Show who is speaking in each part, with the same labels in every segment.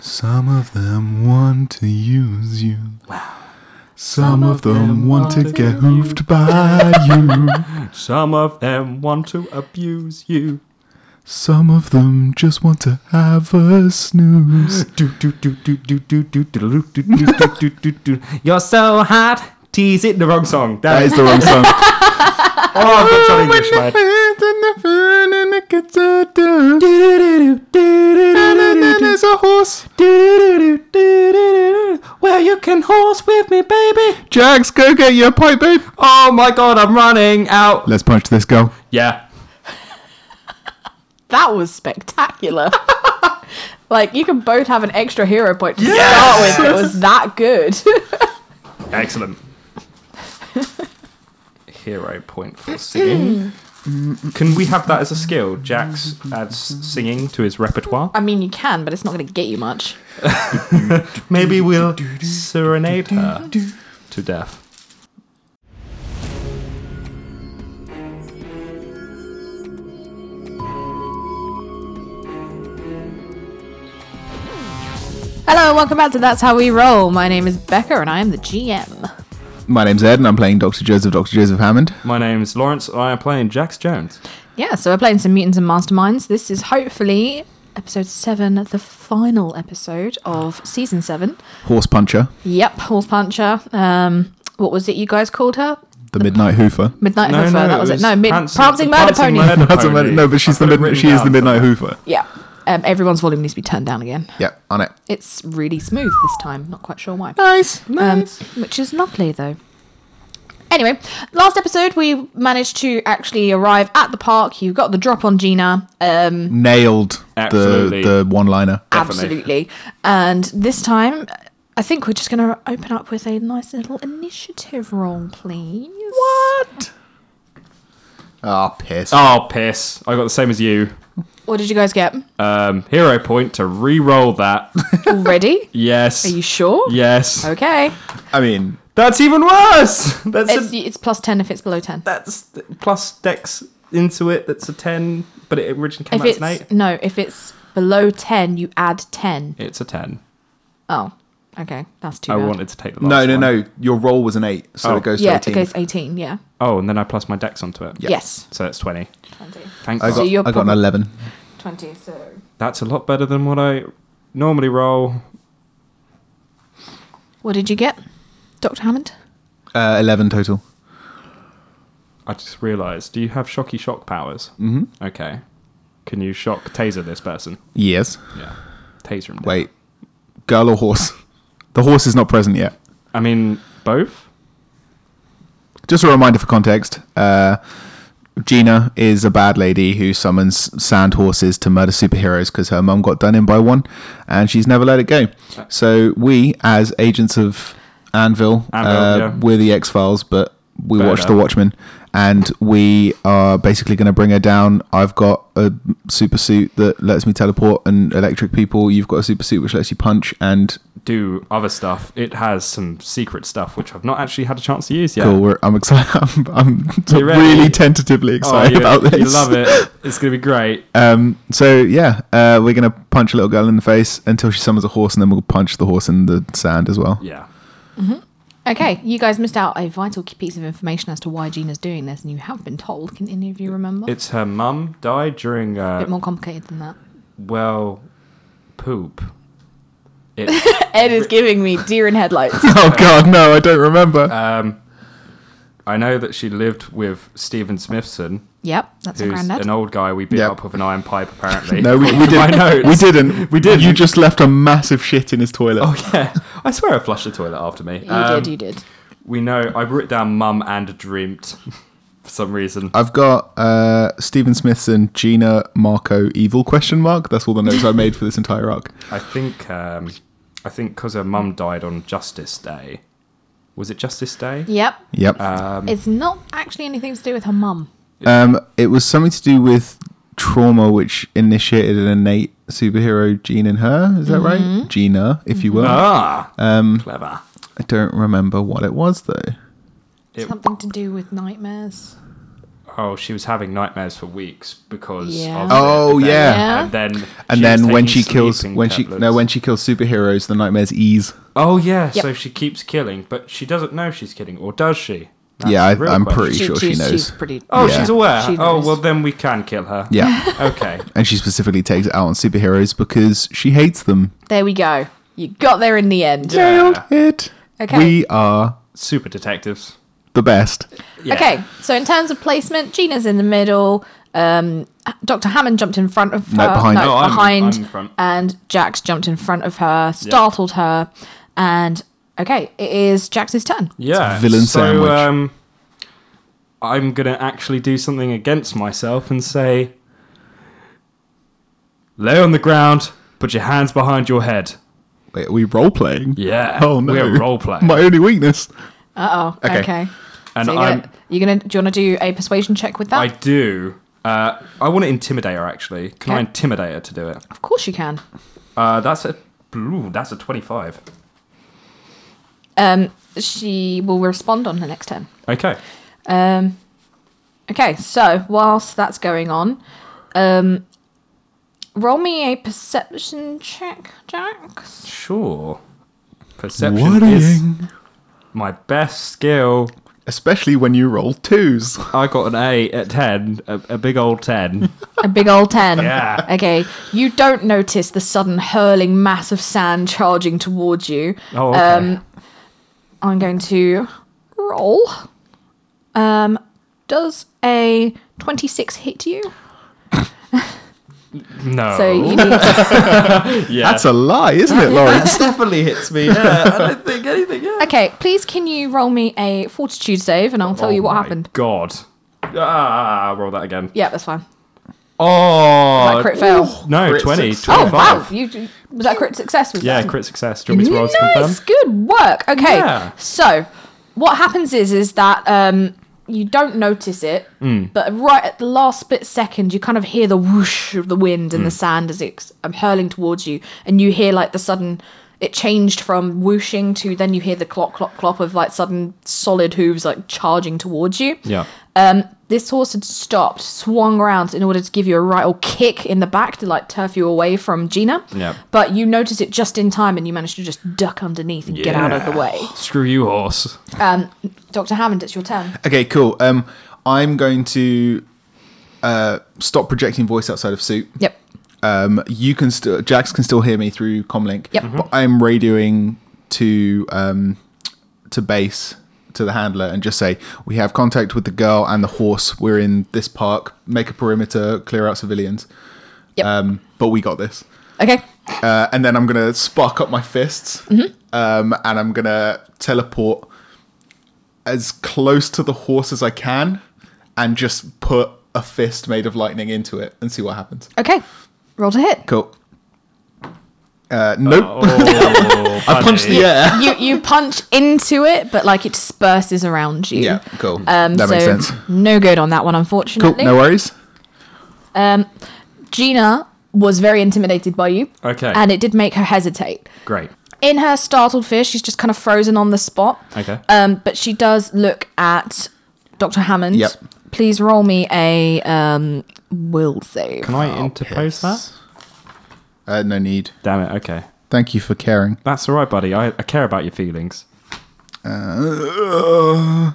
Speaker 1: Some of them want to use you. Some of them want to get hoofed by you.
Speaker 2: Some of them want to abuse you.
Speaker 1: Some of them just want to have a snooze.
Speaker 2: Do, do, do, do, do, do, do, do, do, do, do, do, do, do, do. You're so hot. Tease it. The wrong song.
Speaker 1: That
Speaker 2: That
Speaker 1: is
Speaker 2: is.
Speaker 1: the wrong song.
Speaker 2: Oh, I've got Johnny English right.
Speaker 1: There's a horse.
Speaker 2: Well, you can horse with me, baby.
Speaker 1: Jax, go get your pipe, babe.
Speaker 2: Oh my god, I'm running out.
Speaker 1: Let's punch this girl.
Speaker 2: Yeah.
Speaker 3: That was spectacular. like you can both have an extra hero point to
Speaker 2: Yes!
Speaker 3: start with. It was that good.
Speaker 2: Excellent. Hero point for singing. Can we have that as a skill? Jax adds singing to his repertoire.
Speaker 3: I mean, you can, but it's not going to get you much.
Speaker 2: Maybe we'll serenade her to death.
Speaker 3: Hello, and welcome back to That's How We Roll. My name is Becca, and I am the GM.
Speaker 1: My name's Ed, and I'm playing Dr. Joseph, Dr. Joseph Hammond.
Speaker 2: My name's Lawrence. and I am playing Jax Jones.
Speaker 3: Yeah, so we're playing some mutants and masterminds. This is hopefully episode seven, the final episode of season seven.
Speaker 1: Horse puncher,
Speaker 3: Yep, horse puncher. Um, what was it you guys called her?
Speaker 1: the midnight hoofer.
Speaker 3: Midnight Hoofer. that was it. No, mid-
Speaker 2: Prancing-
Speaker 3: prancing murder
Speaker 2: Prancing
Speaker 3: pony.
Speaker 2: Murder
Speaker 1: That's a
Speaker 2: Pony.
Speaker 1: mid- no, but she's
Speaker 2: I've
Speaker 1: the
Speaker 2: got
Speaker 1: mid-
Speaker 2: it written
Speaker 1: she is the
Speaker 2: down
Speaker 1: midnight hoofer.
Speaker 3: Yeah. Um, everyone's volume needs to be turned down again.
Speaker 1: Yeah, on it.
Speaker 3: It's really smooth this time. Not quite sure why.
Speaker 1: Nice.
Speaker 3: Um, which is lovely, though. Anyway, last episode we managed to actually arrive at the park. You got the drop on Gina. Um,
Speaker 1: Nailed
Speaker 2: Absolutely.
Speaker 1: the the one liner.
Speaker 3: absolutely. And this time, I think we're just going to open up with a nice little initiative roll, please.
Speaker 1: What? Ah, piss.
Speaker 2: Oh piss! I got the same as you.
Speaker 3: What did you guys get?
Speaker 2: Um, hero point to re-roll that.
Speaker 3: Already?
Speaker 2: Yes.
Speaker 3: Are you sure?
Speaker 2: Yes.
Speaker 3: Okay.
Speaker 1: I mean,
Speaker 2: That's even worse. That's
Speaker 3: It's,
Speaker 2: a,
Speaker 3: it's plus 10 if it's below 10.
Speaker 2: that's th- plus Dex into it. That's a ten, but it originally came
Speaker 3: If
Speaker 2: out as an eight.
Speaker 3: it's no, if it's below 10, you add 10.
Speaker 2: It's a ten.
Speaker 3: Oh, okay. That's too
Speaker 2: I
Speaker 3: bad.
Speaker 2: wanted to take the last
Speaker 1: no, no,
Speaker 2: one.
Speaker 1: no. Your roll was an eight, so
Speaker 2: Oh.
Speaker 1: it goes to
Speaker 3: yeah,
Speaker 1: eighteen.
Speaker 3: it goes 18. Yeah.
Speaker 2: Oh, and then I plus my Dex onto it.
Speaker 1: Yeah.
Speaker 3: Yes.
Speaker 2: So that's twenty.
Speaker 3: 20.
Speaker 2: Thanks.
Speaker 1: I got,
Speaker 3: So you're
Speaker 1: I got an
Speaker 3: probably-
Speaker 1: eleven.
Speaker 3: 20, so.
Speaker 2: That's a lot better than what I normally roll.
Speaker 3: What did you get, Dr. Hammond?
Speaker 1: Uh, eleven total.
Speaker 2: I just realised. Do you have shocky shock powers? Mm-hmm. Okay. Can you shock taser this person?
Speaker 1: Yes.
Speaker 2: Yeah. Taser him. down.
Speaker 1: Wait, girl or horse? The horse is not present yet.
Speaker 2: I mean, both.
Speaker 1: Just a reminder for context. Uh, Gina is a bad lady who summons sand horses to murder superheroes because her mum got done in by one, and she's never let it go. So we, as agents of Anvil,
Speaker 2: Anvil,
Speaker 1: uh,
Speaker 2: yeah.
Speaker 1: we're the X Files, but we
Speaker 2: Fair
Speaker 1: watch
Speaker 2: enough.
Speaker 1: The Watchmen, and we are basically going to bring her down. I've got a super suit that lets me teleport and electric people. You've got a super suit which lets you punch and
Speaker 2: Do other stuff. It has some secret stuff which I've not actually had a chance to use yet.
Speaker 1: Cool. We're, I'm excited. I'm, I'm
Speaker 2: You ready?
Speaker 1: really tentatively
Speaker 2: Oh,
Speaker 1: excited
Speaker 2: you,
Speaker 1: about this.
Speaker 2: you love it. It's gonna be great.
Speaker 1: Um, so yeah, uh, we're gonna punch a little girl in the face until she summons a horse, and then we'll punch the horse in the sand as well.
Speaker 2: yeah.
Speaker 3: Okay, you guys missed out a vital key piece of information as to why Gina's doing this, and you have been told. Can any of you remember?
Speaker 2: It's her mum died during
Speaker 3: a bit
Speaker 2: uh,
Speaker 3: more complicated than that.
Speaker 2: well poop. It
Speaker 3: Ed is giving me deer in headlights.
Speaker 1: Oh god, no, I don't remember.
Speaker 2: Uh, I know that she lived with Stephen Smithson,
Speaker 3: yep, that's her
Speaker 2: who's
Speaker 3: granddad.
Speaker 2: an old guy we beat
Speaker 1: Yep.
Speaker 2: up with an iron pipe, apparently.
Speaker 1: no, we, we
Speaker 2: My
Speaker 1: didn't.
Speaker 2: notes.
Speaker 1: We didn't.
Speaker 2: We didn't.
Speaker 1: You just left a massive shit in his toilet.
Speaker 2: Oh, yeah. I swear I flushed the toilet after me. Um,
Speaker 3: you
Speaker 1: Um,
Speaker 3: did, you did.
Speaker 2: We know. I wrote down mum and dreamt for some reason.
Speaker 1: I've got uh, Stephen Smithson, Gina, Marco, evil question mark. That's all the notes I made for this entire arc.
Speaker 2: I think. Um, I think because her mum died on Justice Day. Was it Justice Day? Um,
Speaker 3: Yep.
Speaker 1: Yep.
Speaker 2: Uh,
Speaker 3: It's not actually anything to do with her mum.
Speaker 1: Um, it was something to do with trauma, which initiated an innate superhero gene in her. Is that right, Gina? If you will,
Speaker 2: Ah. Um, clever.
Speaker 1: I don't remember what it was though.
Speaker 2: It-
Speaker 3: Something to do with nightmares.
Speaker 2: oh, she was having nightmares for weeks because
Speaker 3: Yeah.
Speaker 2: of
Speaker 1: Oh,
Speaker 2: it.
Speaker 1: yeah.
Speaker 2: And then
Speaker 1: And
Speaker 2: she
Speaker 1: then
Speaker 2: was
Speaker 1: when she
Speaker 2: taking
Speaker 1: kills
Speaker 2: sleeping
Speaker 1: when she no
Speaker 2: tablets.
Speaker 1: when she kills superheroes, the nightmares ease.
Speaker 2: Oh yeah,
Speaker 3: Yep.
Speaker 2: so she keeps killing, but she doesn't know she's killing, or does she? That's
Speaker 1: yeah,
Speaker 2: the real
Speaker 1: I, I'm
Speaker 2: question.
Speaker 1: pretty sure she
Speaker 3: she's,
Speaker 1: knows.
Speaker 3: She's pretty.
Speaker 2: Oh,
Speaker 1: Yeah.
Speaker 2: she's aware.
Speaker 3: She
Speaker 2: oh
Speaker 3: knows.
Speaker 2: well, then we can kill her.
Speaker 1: yeah,
Speaker 2: Okay.
Speaker 1: and she specifically takes it out on superheroes because she hates them.
Speaker 3: There we go. You got there in the end.
Speaker 2: Yeah.
Speaker 1: It.
Speaker 3: Okay.
Speaker 1: We are
Speaker 2: Super detectives.
Speaker 1: the best.
Speaker 2: Yeah.
Speaker 3: Okay, so in terms of placement, Gina's in the middle. Um, Dr. Hammond jumped in front of her.
Speaker 1: No, behind.
Speaker 2: No, I'm-
Speaker 3: behind.
Speaker 2: I'm in front.
Speaker 3: And Jax jumped in front of her, startled her. And okay, it is Jax's turn.
Speaker 2: Yeah.
Speaker 1: villain
Speaker 2: so,
Speaker 1: sandwich.
Speaker 2: Um, I'm gonna actually do something against myself and say, lay on the ground, put your hands behind your head.
Speaker 1: Wait, are we role playing?
Speaker 2: Yeah.
Speaker 1: Oh no.
Speaker 2: We're role playing.
Speaker 1: My only weakness.
Speaker 3: Uh oh.
Speaker 1: Okay.
Speaker 3: Okay.
Speaker 2: and
Speaker 3: So you're
Speaker 2: I'm.
Speaker 3: gonna, you're gonna do you want to do a persuasion check with that?
Speaker 2: I do. Uh, I want to intimidate her. Actually, can I
Speaker 3: Okay.
Speaker 2: intimidate her to do it?
Speaker 3: of course you can.
Speaker 2: Uh, that's a. Ooh, that's a twenty-five.
Speaker 3: Um, she will respond on her next turn.
Speaker 2: Okay.
Speaker 3: Um, okay, so whilst that's going on, um, roll me a perception check, Jax.
Speaker 2: Sure. Perception is my best skill.
Speaker 1: Especially when you roll twos.
Speaker 2: I got an A at 10, a, a big old 10.
Speaker 3: A big old 10.
Speaker 2: Yeah.
Speaker 3: Okay, you don't notice the sudden hurling mass of sand charging towards you.
Speaker 2: Oh, okay.
Speaker 3: Um, I'm going to roll. Um, does a 26 hit you?
Speaker 2: no.
Speaker 3: So you need
Speaker 2: yeah.
Speaker 1: That's a lie, isn't it, Lawrence?
Speaker 2: definitely hits me. Yeah, I don't think anything. Yeah.
Speaker 3: Okay, please can you roll me a fortitude save and I'll
Speaker 2: Oh
Speaker 3: tell you what happened.
Speaker 2: God. Ah, roll that again.
Speaker 3: Yeah, that's fine.
Speaker 2: Oh.
Speaker 3: That crit fail.
Speaker 2: no,
Speaker 1: Crit
Speaker 2: 20.
Speaker 1: success.
Speaker 3: Oh
Speaker 2: 25.
Speaker 3: wow! You you- was that crit success? Was
Speaker 2: Yeah,
Speaker 3: that?
Speaker 2: crit success. Do you want me to roll to
Speaker 3: nice,
Speaker 2: confirm?
Speaker 3: good work. Okay,
Speaker 2: Yeah.
Speaker 3: so what happens is is that um, you don't notice it,
Speaker 2: Hmm.
Speaker 3: but right at the last split second, you kind of hear the whoosh of the wind and the
Speaker 2: Hmm.
Speaker 3: sand as it's um, hurling towards you, and you hear like the sudden. It changed from whooshing to then you hear the clop clop clop of like sudden solid hooves like charging towards you.
Speaker 2: Yeah.
Speaker 3: Um, this horse had stopped, swung around in order to give you a right old kick in the back to like turf you away from Gina.
Speaker 2: Yeah.
Speaker 3: But you notice it just in time and you manage to just duck underneath and get out of the way.
Speaker 2: Screw you, horse.
Speaker 3: Um, Dr. Hammond, it's your turn.
Speaker 1: okay, cool. Um, I'm going to uh, stop projecting voice outside of suit.
Speaker 3: Yep.
Speaker 1: Um, you can still, Jax can still hear me through comlink.
Speaker 3: Yep. Mhm.
Speaker 1: But I'm radioing to um, to base to the handler and just say we have contact with the girl and the horse. We're in this park. Make a perimeter. Clear out civilians.
Speaker 3: Yep.
Speaker 1: Um, but we got this.
Speaker 3: Okay.
Speaker 1: uh, and then I'm gonna spark up my fists, um, and I'm gonna teleport as close to the horse as I can, and just put a fist made of lightning into it and see what happens.
Speaker 3: Okay. Roll to hit.
Speaker 1: Cool. Uh, nope.
Speaker 2: Oh,
Speaker 1: I punched the air.
Speaker 3: You you punch into it, but like it disperses around you.
Speaker 1: Yeah, cool.
Speaker 3: Um,
Speaker 1: that
Speaker 3: so
Speaker 1: makes sense.
Speaker 3: No good on that one,
Speaker 1: Cool.
Speaker 3: unfortunately.
Speaker 1: No worries.
Speaker 3: um, Gina was very intimidated by you.
Speaker 2: Okay.
Speaker 3: And it did make her hesitate.
Speaker 2: e- Great.
Speaker 3: in her startled fear, she's just kind of frozen on the spot.
Speaker 2: Okay.
Speaker 3: Um, but she does look at Dr. Hammond.
Speaker 1: Yep.
Speaker 3: Please roll me a um, will save.
Speaker 2: Can I interpose that?
Speaker 1: Oh, Uh, no need.
Speaker 2: Damn it. Okay.
Speaker 1: Thank you for caring.
Speaker 2: That's all right, buddy. I, I care about your feelings.
Speaker 1: Uh, Um,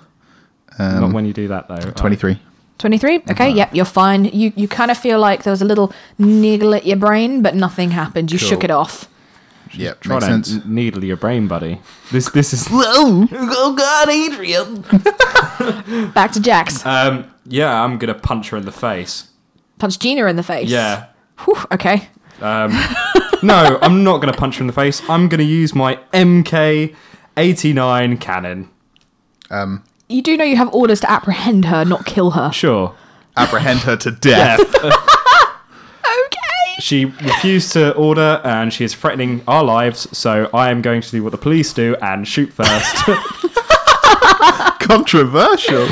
Speaker 2: Not when you do that, though. Uh,
Speaker 1: Twenty-three.
Speaker 3: 23? Okay, yep, you're fine. You you kind of feel like there was a little niggle at your brain, but nothing happened. You shook
Speaker 1: Cool.
Speaker 3: it off.
Speaker 1: Yeah,
Speaker 2: Try
Speaker 1: makes
Speaker 2: to
Speaker 1: sense.
Speaker 2: n- needle your brain, buddy. This this is
Speaker 3: Back to Jax.
Speaker 2: um yeah. I'm gonna punch her in the face.
Speaker 3: Punch Gina in the face.
Speaker 2: Yeah.
Speaker 3: Whew, okay.
Speaker 2: No, I'm not gonna punch her in the face. I'm gonna use my MK eighty nine cannon.
Speaker 3: You do know you have orders to apprehend her, not kill her.
Speaker 2: Sure.
Speaker 1: Apprehend her to death.
Speaker 3: Okay.
Speaker 2: She refused to order, and she is threatening our lives. So I am going to do what the police do and shoot first.
Speaker 1: Controversial.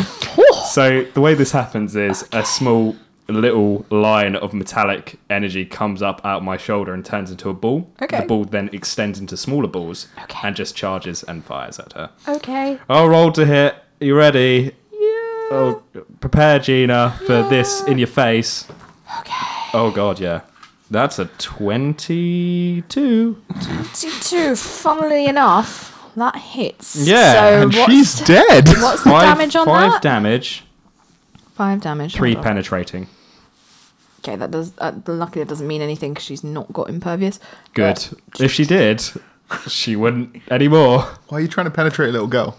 Speaker 2: So the way this happens is a small little line of metallic energy comes up out of my shoulder and turns into a ball.
Speaker 3: Okay.
Speaker 2: The ball then extends into smaller balls
Speaker 3: Okay.
Speaker 2: and just charges and fires at her.
Speaker 3: Okay.
Speaker 2: I'll roll to hit. You ready?
Speaker 3: Yeah.
Speaker 2: Oh, prepare Gina for this in your face.
Speaker 3: Okay.
Speaker 2: Oh god, yeah. That's a 22.
Speaker 3: Two, funnily enough, that hits.
Speaker 2: Yeah,
Speaker 3: So
Speaker 1: and
Speaker 3: what's,
Speaker 1: she's dead.
Speaker 3: what's the damage on
Speaker 2: five
Speaker 3: that?
Speaker 2: damage,
Speaker 3: five damage.
Speaker 2: three
Speaker 3: Hold on.
Speaker 2: penetrating.
Speaker 3: Okay, that does. Uh, luckily, that doesn't mean anything because she's not got impervious.
Speaker 2: Good.
Speaker 3: But-
Speaker 2: If she did, she wouldn't anymore.
Speaker 1: Why are you trying to penetrate a little girl?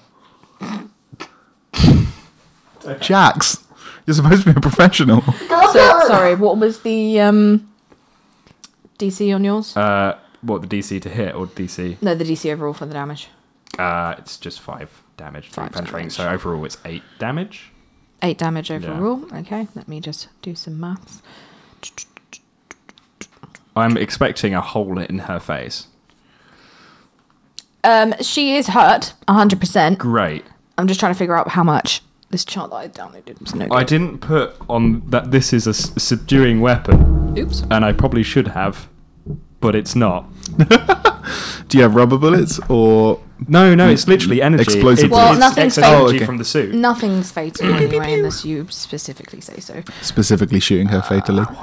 Speaker 1: Jax, you're supposed to be a professional.
Speaker 3: uh, so, sorry, what was the um, DC on yours?
Speaker 2: Uh, what the DC to hit or DC?
Speaker 3: no, the DC overall for the damage.
Speaker 2: Uh, it's just five damage, three
Speaker 3: Five
Speaker 2: penetrating.
Speaker 3: damage.
Speaker 2: So overall, it's eight damage.
Speaker 3: Eight damage overall. Okay, let me just do some maths.
Speaker 2: I'm expecting a hole in her face.
Speaker 3: Um, she is hurt, 100%.
Speaker 2: Great.
Speaker 3: I'm just trying to figure out how much. This chart that I downloaded was no
Speaker 2: I
Speaker 3: good.
Speaker 2: didn't put on that this is a s- subduing weapon,
Speaker 3: Oops.
Speaker 2: and I probably should have, but it's not.
Speaker 1: Do you have rubber bullets or
Speaker 2: No, no, it's literally energy.
Speaker 1: Mm. Explosive
Speaker 2: It's,
Speaker 3: Well,
Speaker 2: it's
Speaker 3: nothing's Mm.
Speaker 2: excess
Speaker 3: fake.
Speaker 2: energy
Speaker 1: Oh, okay.
Speaker 2: from the suit.
Speaker 3: Nothing's fatal anyway, unless you specifically say so.
Speaker 1: specifically shooting her fatally?
Speaker 3: Hold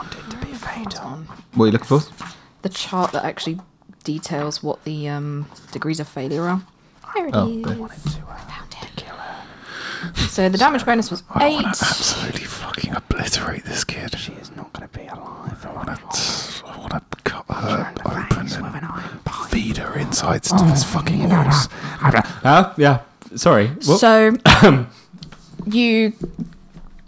Speaker 3: on.
Speaker 1: What are you looking for?
Speaker 3: The chart that actually details what the um, degrees of failure are. There it is.
Speaker 1: Oh, there.
Speaker 3: I found it. So the damage bonus was eight.
Speaker 1: absolutely fucking obliterate this kid. She is not going to be alive. I want to. I want to cut her open and feed her insides to this fucking horse.
Speaker 2: Ah, yeah. Sorry. Whoop.
Speaker 3: So you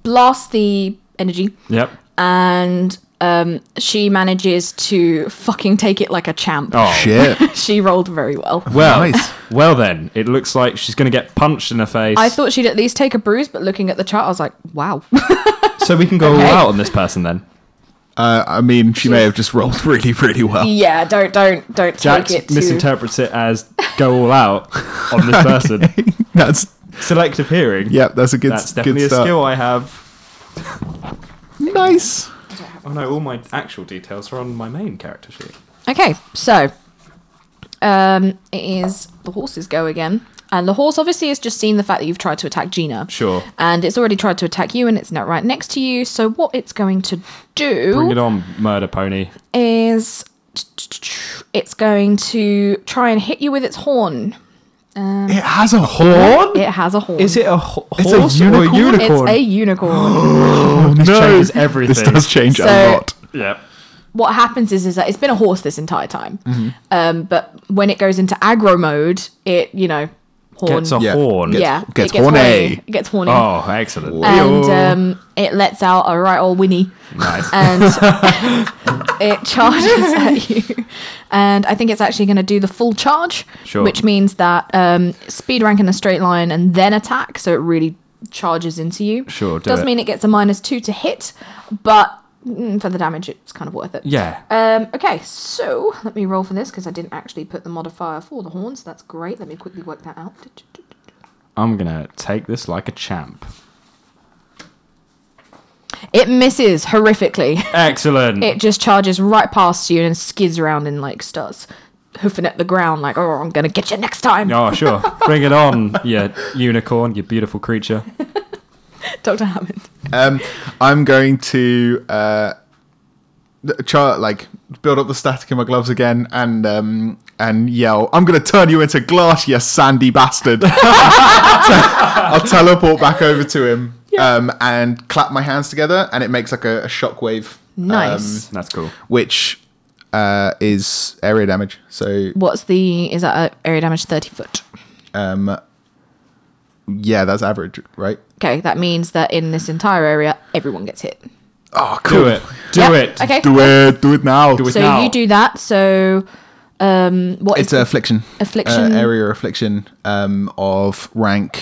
Speaker 3: blast the energy,
Speaker 2: yep.
Speaker 3: and um, she manages to fucking take it like a champ.
Speaker 2: Oh.
Speaker 1: Shit.
Speaker 3: she rolled very well.
Speaker 2: Well,
Speaker 1: Nice.
Speaker 2: well then, it looks like she's going to get punched in the face.
Speaker 3: I thought she'd at least take a bruise, but looking at the chart, I was like, wow.
Speaker 2: so we can go
Speaker 3: Okay.
Speaker 2: all out on this person then.
Speaker 1: Uh, I mean, she may have just rolled really, really well.
Speaker 3: yeah, don't, don't, don't
Speaker 2: Jax
Speaker 3: take it to.
Speaker 2: misinterprets it as go all out on this person.
Speaker 1: That's
Speaker 2: Selective hearing.
Speaker 1: yeah. That's a good.
Speaker 2: That's definitely
Speaker 1: good
Speaker 2: a
Speaker 1: start.
Speaker 2: skill I have.
Speaker 1: Nice.
Speaker 2: Oh no, all my actual details are on my main character sheet.
Speaker 3: Okay, so um, it is the horse's go again, and the horse obviously has just seen the fact that you've tried to attack Gina.
Speaker 2: Sure.
Speaker 3: And it's already tried to attack you, and it's not right next to you. So what it's going to do?
Speaker 2: Bring it on, murder pony.
Speaker 3: is it's going to try and hit you with its horn.
Speaker 1: It has a horn.
Speaker 3: It has a horn.
Speaker 2: it a
Speaker 1: It's a horse or a unicorn?
Speaker 3: It's a unicorn.
Speaker 1: Oh, this
Speaker 2: changes everything.
Speaker 1: This does change a
Speaker 3: So-
Speaker 1: lot.
Speaker 2: Yep.
Speaker 3: what happens is, is that it's been a horse this entire time,
Speaker 2: Mm-hmm.
Speaker 3: um, but when it goes into aggro mode, it you know horn.
Speaker 2: Gets a
Speaker 1: Yeah.
Speaker 2: horn.
Speaker 1: Gets-
Speaker 3: yeah,
Speaker 1: gets
Speaker 3: it gets horny.
Speaker 1: horny.
Speaker 3: It gets horny.
Speaker 2: Oh, excellent.
Speaker 3: And um, it lets out a right old whinny,
Speaker 2: nice.
Speaker 3: and it charges at you. And I think it's actually going to do the full charge,
Speaker 2: Sure.
Speaker 3: which means that um, speed rank in a straight line and then attack. So it really charges into you.
Speaker 2: Sure, do
Speaker 3: Does
Speaker 2: it.
Speaker 3: mean it gets a minus two to hit, but mm, for the damage, it's kind of worth it.
Speaker 2: yeah.
Speaker 3: Um, okay, so let me roll for this because I didn't actually put the modifier for the horn, so that's great. Let me quickly work that out.
Speaker 2: I'm gonna take this like a champ.
Speaker 3: It misses horrifically.
Speaker 2: Excellent.
Speaker 3: it just charges right past you and skids around and like starts hoofing at the ground like oh i'm gonna get you next time
Speaker 2: oh, sure. Bring it on, you unicorn, you beautiful creature.
Speaker 3: dr hammond
Speaker 1: Um, I'm going to uh, char- like build up the static in my gloves again and um, and yell. I'm going to turn you into glass, you sandy bastard. I'll teleport back over to him um, and clap my hands together, and it makes like a, a shockwave.
Speaker 3: nice
Speaker 1: um,
Speaker 2: That's cool.
Speaker 1: which uh, is area damage. So
Speaker 3: what's the is that uh, area damage 30 foot
Speaker 1: um, yeah, that's average, right?
Speaker 3: okay that means that in this entire area everyone gets hit
Speaker 1: Oh, cool.
Speaker 2: Do it. Do
Speaker 3: Yep,
Speaker 2: it.
Speaker 3: okay
Speaker 1: Do it. Do it now.
Speaker 2: Ah, Do it
Speaker 3: so
Speaker 2: now.
Speaker 3: you do that so um what is
Speaker 1: It's a affliction.
Speaker 3: Affliction.
Speaker 1: Uh, area affliction um, of rank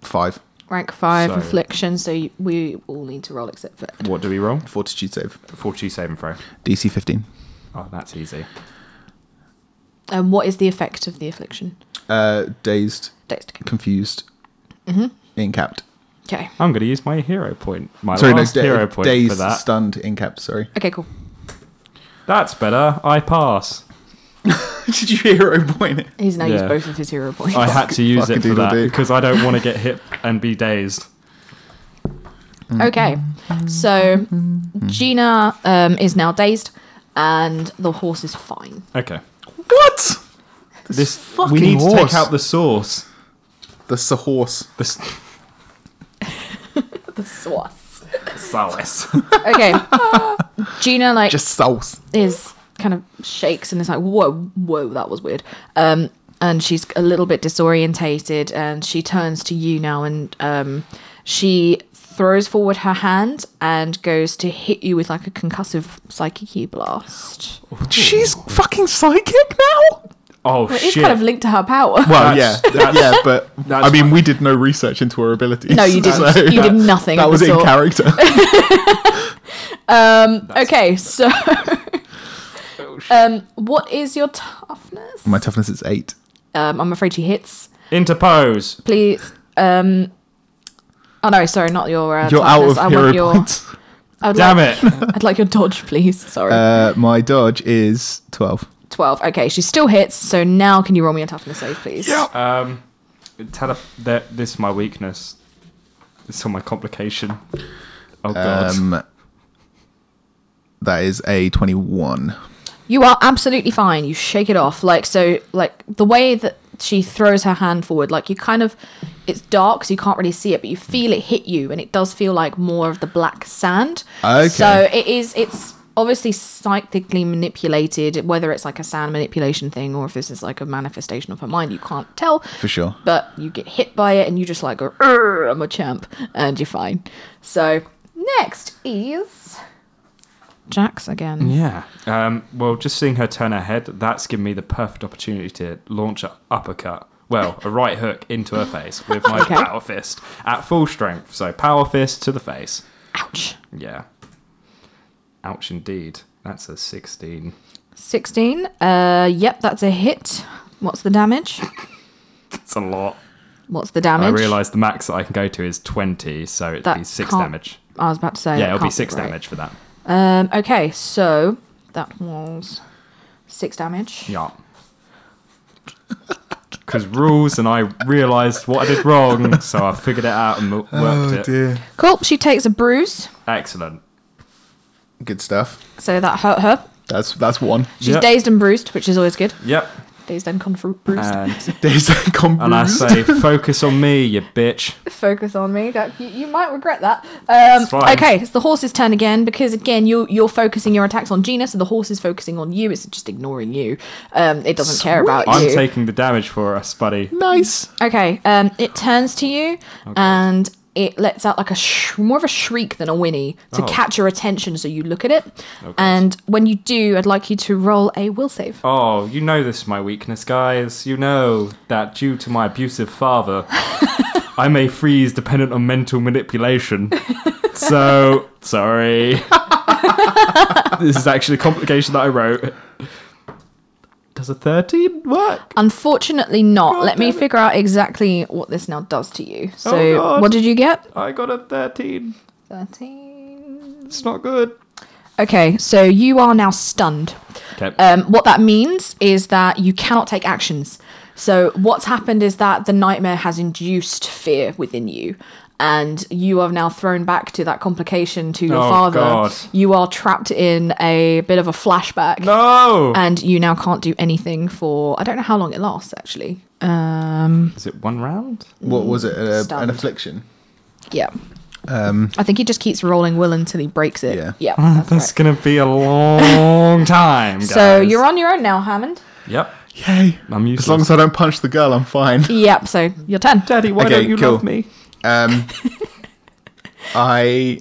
Speaker 1: five.
Speaker 3: rank 5
Speaker 2: So-
Speaker 3: affliction so you, we all need to roll except for Ed.
Speaker 2: What do we roll?
Speaker 1: Fortitude save.
Speaker 2: Fortitude saving throw.
Speaker 1: DC 15.
Speaker 2: Oh, that's easy.
Speaker 3: um what is the effect of the affliction
Speaker 1: Uh, dazed,
Speaker 3: Dexter.
Speaker 1: confused,
Speaker 3: Mm-hmm.
Speaker 1: incapped.
Speaker 3: okay
Speaker 2: I'm gonna use my hero point. My
Speaker 1: Sorry, no,
Speaker 2: last
Speaker 1: da-
Speaker 2: hero point
Speaker 1: dazed,
Speaker 2: for that.
Speaker 1: stunned, incapped. Sorry.
Speaker 3: okay cool
Speaker 2: that's better. I pass.
Speaker 1: Did you hero point it?
Speaker 3: he's now used
Speaker 2: Yeah.
Speaker 3: both of his hero points
Speaker 2: I had to use
Speaker 1: fucking
Speaker 2: it for that
Speaker 1: doodle-doo.
Speaker 2: because I don't want to get hit and be dazed.
Speaker 3: Okay. So Gina um, is now dazed and the horse is fine.
Speaker 2: Okay.
Speaker 1: What?
Speaker 2: This
Speaker 1: fucking
Speaker 2: we need to
Speaker 1: horse.
Speaker 2: take out the source.
Speaker 1: That's a horse.
Speaker 2: The s-
Speaker 3: The sauce.
Speaker 2: source.
Speaker 3: Okay. Gina like
Speaker 1: Just sauce.
Speaker 3: is kind of shakes and is like, whoa, whoa, that was weird. Um, and she's a little bit disorientated and she turns to you now and um, she throws forward her hand and goes to hit you with like a concussive psychic blast.
Speaker 1: Oh, She's fucking psychic now.
Speaker 2: oh
Speaker 3: But it's
Speaker 2: shit!
Speaker 3: kind of linked to her power.
Speaker 1: Well,
Speaker 2: That's-
Speaker 1: yeah, th- yeah, but
Speaker 2: that's
Speaker 1: I mean, we did no research into her abilities.
Speaker 3: No, you didn't.
Speaker 1: so
Speaker 3: you did nothing.
Speaker 1: That
Speaker 3: of
Speaker 1: was
Speaker 3: the
Speaker 1: in
Speaker 3: sort.
Speaker 1: character.
Speaker 3: Okay, so um, what is your toughness?
Speaker 1: My toughness is eight.
Speaker 3: Um, I'm afraid she hits.
Speaker 2: Interpose.
Speaker 3: Please. Um, oh no, sorry, not your. Uh,
Speaker 1: You're out
Speaker 3: toughness.
Speaker 1: of hero points.
Speaker 3: I would
Speaker 2: Damn
Speaker 3: like-
Speaker 2: it!
Speaker 3: I'd like your dodge, please. Sorry.
Speaker 1: Uh, my dodge is twelve.
Speaker 3: 12. Okay, she still hits, so now can you roll me a toughness save, please?
Speaker 2: Um, tell her that this is my weakness. This is all my complication. Oh god.
Speaker 1: Um, that is a twenty-one.
Speaker 3: You are absolutely fine. You shake it off. Like, so, like, the way that she throws her hand forward, like, you kind of. It's dark, so you can't really see it, but you feel it hit you, and it does feel like more of the black sand.
Speaker 1: Okay.
Speaker 3: So it is. It's obviously psychically manipulated, whether it's like a sand manipulation thing or if this is like a manifestation of her mind, you can't tell.
Speaker 1: For sure.
Speaker 3: But you get hit by it, and you just like, go, "Urgh, I'm a champ, and you're fine. So next is Jax again.
Speaker 2: yeah. Um, well, just seeing her turn her head, that's given me the perfect opportunity to launch an uppercut. Well, a right hook into her face with my
Speaker 3: Okay.
Speaker 2: power fist at full strength. So power fist to the face.
Speaker 3: Ouch.
Speaker 2: Yeah. Ouch indeed. That's a 16.
Speaker 3: 16. Uh, yep, that's a hit. What's the damage?
Speaker 2: That's a lot.
Speaker 3: What's the damage?
Speaker 2: I realise the max that I can go to is 20, so it'd
Speaker 3: That
Speaker 2: be 6
Speaker 3: can't-
Speaker 2: damage.
Speaker 3: I was about to say.
Speaker 2: Yeah,
Speaker 3: that
Speaker 2: it'll be
Speaker 3: can't
Speaker 2: 6
Speaker 3: right.
Speaker 2: damage for that.
Speaker 3: Um, okay, so that was six damage.
Speaker 2: Yeah. Because rules, and I realised what I did wrong, so I figured it out and wo- worked
Speaker 1: Oh,
Speaker 2: it.
Speaker 3: Cool. She takes a bruise,
Speaker 2: Excellent.
Speaker 1: Good stuff.
Speaker 3: so that hurt her.
Speaker 1: That's that's one.
Speaker 3: She's
Speaker 2: Yep.
Speaker 3: dazed and bruised, which is always good.
Speaker 2: Yep.
Speaker 3: Dazed and conf- bruised.
Speaker 2: And,
Speaker 1: There's a
Speaker 2: and I
Speaker 1: compromise.
Speaker 2: say, focus on me, you bitch.
Speaker 3: Focus on me. That, you, you might regret that. Um,
Speaker 2: fine.
Speaker 3: okay, it's the horse's turn again because again you you're focusing your attacks on Gina, so the horse is focusing on you. It's just ignoring you. Um, it doesn't care about you.
Speaker 2: I'm taking the damage for us, buddy.
Speaker 1: nice.
Speaker 3: Okay, um, it turns to you
Speaker 2: Oh,
Speaker 3: and it lets out like a sh- more of a shriek than a whinny to
Speaker 2: Oh.
Speaker 3: catch your attention, so you look at it.
Speaker 2: course.
Speaker 3: and when you do, I'd like you to roll a will save.
Speaker 2: Oh, you know this is my weakness, guys. You know that due to my abusive father, I may freeze dependent on mental manipulation. So, sorry. this is actually a complication that I wrote. Does a 13 work?
Speaker 3: Unfortunately, not.
Speaker 2: God
Speaker 3: Let me
Speaker 2: damn it.
Speaker 3: figure out exactly what this now does to you.
Speaker 2: Oh,
Speaker 3: So,
Speaker 2: God.
Speaker 3: what did you get?
Speaker 2: I got a 13.
Speaker 3: Thirteen.
Speaker 2: It's not good.
Speaker 3: Okay, so you are now stunned.
Speaker 2: Okay.
Speaker 3: Um, what that means is that you cannot take actions. So what's happened is that the nightmare has induced fear within you, and you are now thrown back to that complication to your
Speaker 2: Oh,
Speaker 3: father.
Speaker 2: God.
Speaker 3: You are trapped in a bit of a flashback,
Speaker 2: no!
Speaker 3: and you now can't do anything for I don't know how long it lasts actually. Um,
Speaker 2: is it one round?
Speaker 1: What was it? Uh, an
Speaker 3: Stunned.
Speaker 1: affliction.
Speaker 3: yeah. I think he just keeps rolling will until he breaks it.
Speaker 1: Um, Yeah.
Speaker 3: Yeah. That's
Speaker 2: That's
Speaker 3: right.
Speaker 2: gonna be a long time.
Speaker 3: So
Speaker 2: guys.
Speaker 3: you're on your own now, Hammond.
Speaker 2: Yep.
Speaker 1: Yay.
Speaker 2: I'm useless.
Speaker 1: As long as I don't punch the girl, I'm fine.
Speaker 3: Yep. So your turn.
Speaker 2: Daddy, why
Speaker 1: Okay,
Speaker 2: don't you
Speaker 1: cool.
Speaker 2: love me?
Speaker 1: Um, I.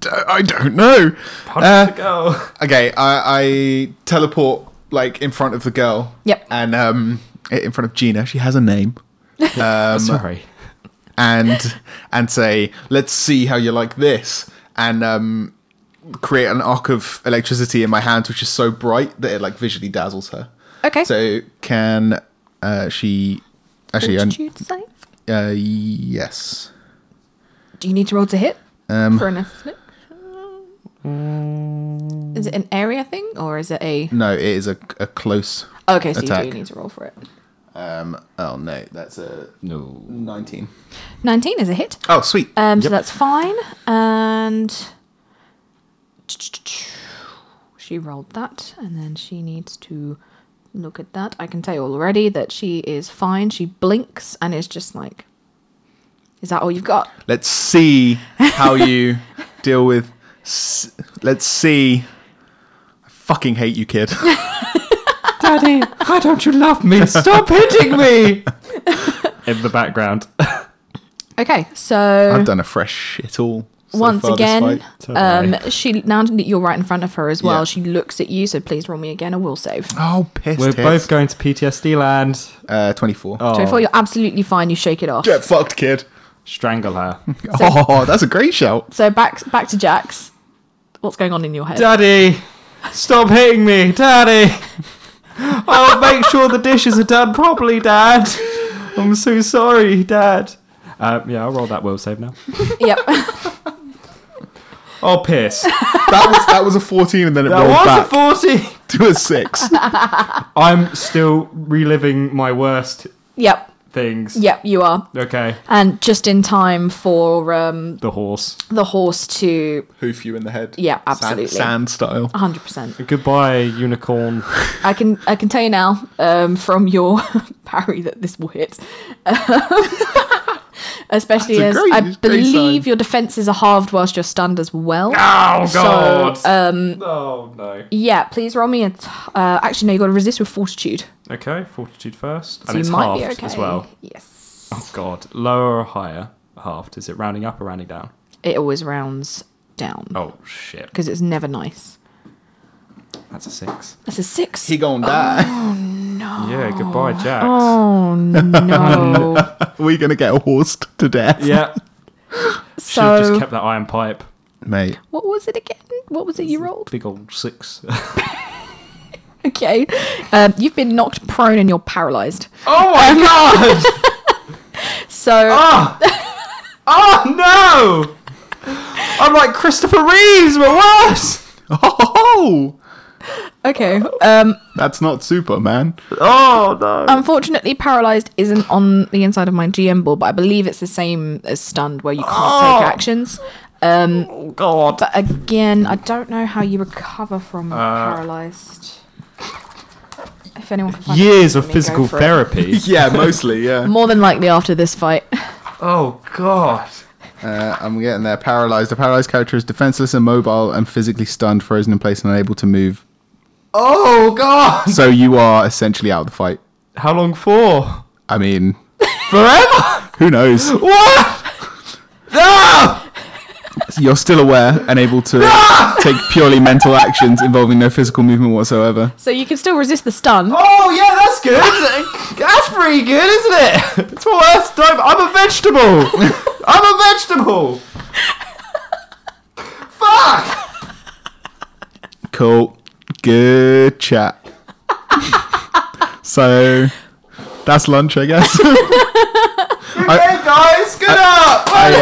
Speaker 1: d- I don't know.
Speaker 2: Punch
Speaker 1: Uh,
Speaker 2: the girl.
Speaker 1: Okay, I, I teleport like in front of the girl.
Speaker 3: Yep.
Speaker 1: And um, in front of Gina, she has a name,
Speaker 3: um,
Speaker 2: Sorry.
Speaker 1: and and say, "Let's see how you like this," and um, create an arc of electricity in my hands, which is so bright that it like visually dazzles her.
Speaker 3: Okay.
Speaker 1: So can uh, she? Actually, un-
Speaker 3: Fortitude save.
Speaker 1: uh, yes.
Speaker 3: Do you need to roll to hit
Speaker 1: Um,
Speaker 3: for an affliction? Is it an area thing or is it a?
Speaker 1: No, it is a, a close.
Speaker 3: Okay, so you
Speaker 1: Attack.
Speaker 3: do need to roll for it.
Speaker 1: Um, oh no, that's a
Speaker 2: No.
Speaker 1: 19.
Speaker 3: 19 is a hit.
Speaker 1: Oh, sweet.
Speaker 3: Um, So
Speaker 2: Yep.
Speaker 3: that's fine. And she rolled that, and then she needs to look at that. I can tell you already that she is fine. She blinks and is just like, "Is that all you've got?"
Speaker 1: Let's see how you deal with. S- let's see. I fucking hate you, kid.
Speaker 2: Daddy, why don't you love me? Stop hitting me! In the background.
Speaker 3: Okay, so
Speaker 1: I've done a fresh shit all. so
Speaker 3: once
Speaker 1: far this
Speaker 3: again,
Speaker 1: fight.
Speaker 2: Don't
Speaker 3: um,
Speaker 2: worry.
Speaker 3: she now that you're right in front of her as well.
Speaker 1: Yeah.
Speaker 3: She looks at you, so please roll me again a will save.
Speaker 1: Oh, pissed.
Speaker 2: We're
Speaker 1: hits.
Speaker 2: both going to PTSD land.
Speaker 1: Uh, 24.
Speaker 2: Oh,
Speaker 3: So before you're absolutely fine, you shake it off.
Speaker 1: Get fucked, kid.
Speaker 2: strangle her.
Speaker 1: oh, that's a great shout.
Speaker 3: So back back to Jax. What's going on in your head?
Speaker 2: Daddy, stop hitting me, Daddy. I'll make sure the dishes are done properly, Dad. I'm so sorry, Dad. Uh, yeah, I'll roll that will save now.
Speaker 3: yep.
Speaker 2: Oh, piss.
Speaker 1: That was that was a 14, and then it
Speaker 2: That
Speaker 1: rolled
Speaker 2: was
Speaker 1: back
Speaker 2: a 40.
Speaker 1: to a six.
Speaker 2: I'm still reliving my worst
Speaker 3: yep.
Speaker 2: things.
Speaker 3: Yep. You are.
Speaker 2: Okay.
Speaker 3: and just in time for um,
Speaker 2: The horse.
Speaker 3: the horse to
Speaker 1: Hoof you in the head.
Speaker 3: yeah
Speaker 1: Sand,
Speaker 3: absolutely Oh.
Speaker 1: sand style.
Speaker 3: 100%
Speaker 2: Goodbye, unicorn.
Speaker 3: i can i can tell you now um, from your parry that this will hit Um, especially as
Speaker 1: That's a great-
Speaker 3: i
Speaker 1: great
Speaker 3: believe
Speaker 1: sign.
Speaker 3: your defenses are halved whilst you're stunned as well
Speaker 2: Oh, God.
Speaker 3: so um,
Speaker 2: oh, no.
Speaker 3: yeah please roll me a t- uh, actually no you gotta resist with fortitude
Speaker 2: Okay, fortitude first.
Speaker 3: so
Speaker 2: and
Speaker 3: you
Speaker 2: it's
Speaker 3: might
Speaker 2: halved
Speaker 3: be okay
Speaker 2: as well.
Speaker 3: yes
Speaker 2: Oh, God. Lower or higher? Halved. Is it rounding up or rounding down?
Speaker 3: it always rounds down
Speaker 2: Oh, shit.
Speaker 3: because it's never nice
Speaker 2: That's a six.
Speaker 3: that's a six
Speaker 1: He gonna die.
Speaker 2: Yeah, goodbye, Jax.
Speaker 3: oh no
Speaker 1: We're gonna get horsed to death,
Speaker 2: Yeah, should
Speaker 3: so
Speaker 2: have just kept that iron pipe.
Speaker 1: mate.
Speaker 3: What was it again? What was it you rolled?
Speaker 2: Big old six.
Speaker 3: Okay. Um, you've been knocked prone and you're paralyzed.
Speaker 2: oh my god!
Speaker 3: So,
Speaker 2: Oh! oh Ah, no! I'm like Christopher Reeves, but worse!
Speaker 1: Oh,
Speaker 3: okay. Um,
Speaker 1: that's not Superman.
Speaker 2: Oh no!
Speaker 3: unfortunately, paralyzed isn't on the inside of my GM board, but I believe it's the same as stunned where you can't
Speaker 2: Oh.
Speaker 3: take actions. Um,
Speaker 2: Oh god. Uh.
Speaker 3: But again, I don't know how you recover from paralyzed. If anyone can find
Speaker 2: Years
Speaker 3: out,
Speaker 2: of
Speaker 3: let me go
Speaker 2: physical
Speaker 3: for it.
Speaker 2: therapy.
Speaker 1: Yeah, mostly. Yeah.
Speaker 3: More than likely after this fight.
Speaker 2: oh god.
Speaker 1: Uh, I'm getting there. Paralyzed. A paralyzed character is defenseless, immobile, and physically stunned, frozen in place, and unable to move.
Speaker 2: Oh god!
Speaker 1: So you are essentially out of the fight.
Speaker 2: How long for?
Speaker 1: I mean,
Speaker 2: Forever?
Speaker 1: who knows?
Speaker 2: what? No!
Speaker 1: You're still aware and able to take purely mental actions involving no physical movement whatsoever.
Speaker 3: So you can still resist the stun.
Speaker 2: Oh yeah, that's good. that's pretty good, isn't it? It's worse. Time. I'm a vegetable. I'm a vegetable. Fuck.
Speaker 1: Cool. Good chat. so that's lunch, I guess.
Speaker 2: Okay, guys, good up.
Speaker 1: I,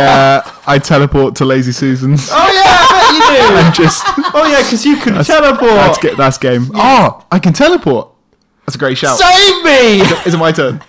Speaker 1: uh, I teleport to Lazy Susan's
Speaker 2: Oh yeah, I bet you do.
Speaker 1: and just
Speaker 2: Oh yeah, because you can teleport.
Speaker 1: that's, ga- that's game. Oh, I can teleport. That's a great shout.
Speaker 2: Save me.
Speaker 1: Is it my turn?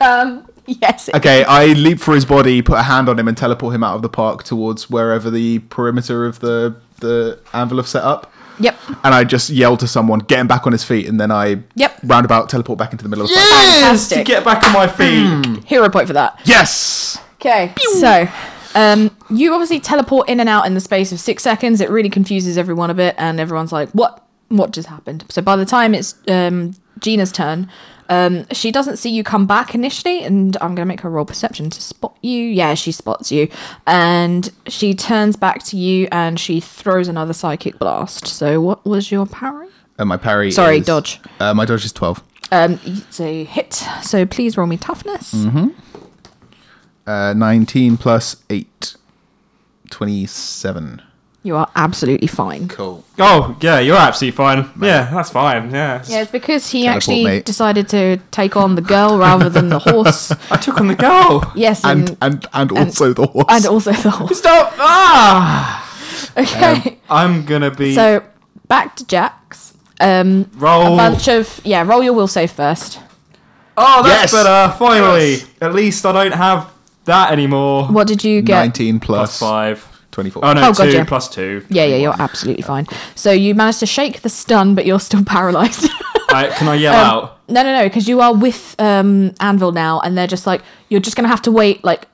Speaker 3: Um, yes. it-
Speaker 1: Okay, I leap for his body, put a hand on him, and teleport him out of the park towards wherever the perimeter of the the anvil have set up.
Speaker 3: Yep.
Speaker 1: And I just yell to someone, get him back on his feet, and then I
Speaker 3: Yep.
Speaker 1: roundabout teleport back into the middle of the fight.
Speaker 2: Yes, to
Speaker 3: Fantastic.
Speaker 2: get back on my
Speaker 1: Hmm.
Speaker 2: feet.
Speaker 3: Hero point for that.
Speaker 1: Yes.
Speaker 3: Okay, so um, you obviously teleport in and out in the space of six seconds. It really confuses everyone a bit, and everyone's like, "What? What just happened?" So by the time it's um, Gina's turn, um, she doesn't see you come back initially, and I'm gonna make her roll perception to spot you. Yeah, she spots you, and she turns back to you, and she throws another psychic blast. So what was your parry?
Speaker 1: And Uh, my parry.
Speaker 3: Sorry,
Speaker 1: is-
Speaker 3: dodge.
Speaker 1: Uh, my dodge is twelve.
Speaker 3: Um, it's a hit. So please roll me toughness.
Speaker 1: Uh, Nineteen plus eight. Twenty-seven.
Speaker 3: You are absolutely fine.
Speaker 1: Cool.
Speaker 2: Oh yeah, you're absolutely fine. Yeah, that's fine. Yeah.
Speaker 3: Yeah, it's because he
Speaker 1: Teleport,
Speaker 3: actually
Speaker 1: mate.
Speaker 3: decided to take on the girl rather than the horse.
Speaker 2: I took on the girl.
Speaker 3: Yes, and
Speaker 1: And
Speaker 3: and,
Speaker 1: and and also the horse.
Speaker 3: also the horse.
Speaker 2: Stop. Ah.
Speaker 3: Okay,
Speaker 2: I'm gonna be
Speaker 3: so back to Jax. Um,
Speaker 2: roll.
Speaker 3: a bunch of yeah. Roll your will save first.
Speaker 2: Oh,
Speaker 1: Yes!
Speaker 2: that's better. Finally,
Speaker 1: Yes.
Speaker 2: at least I don't have that anymore.
Speaker 3: What did you get?
Speaker 1: 19 plus,
Speaker 2: Plus five.
Speaker 1: 24.
Speaker 2: Oh no,
Speaker 3: Oh,
Speaker 2: two
Speaker 3: God, yeah.
Speaker 2: plus two.
Speaker 3: Yeah, yeah, you're absolutely fine. So you managed to shake the stun, but you're still paralyzed.
Speaker 2: I, can I yell out?
Speaker 3: No, no, no, because you are with um, Anvil now, and they're just like you're just gonna have to wait like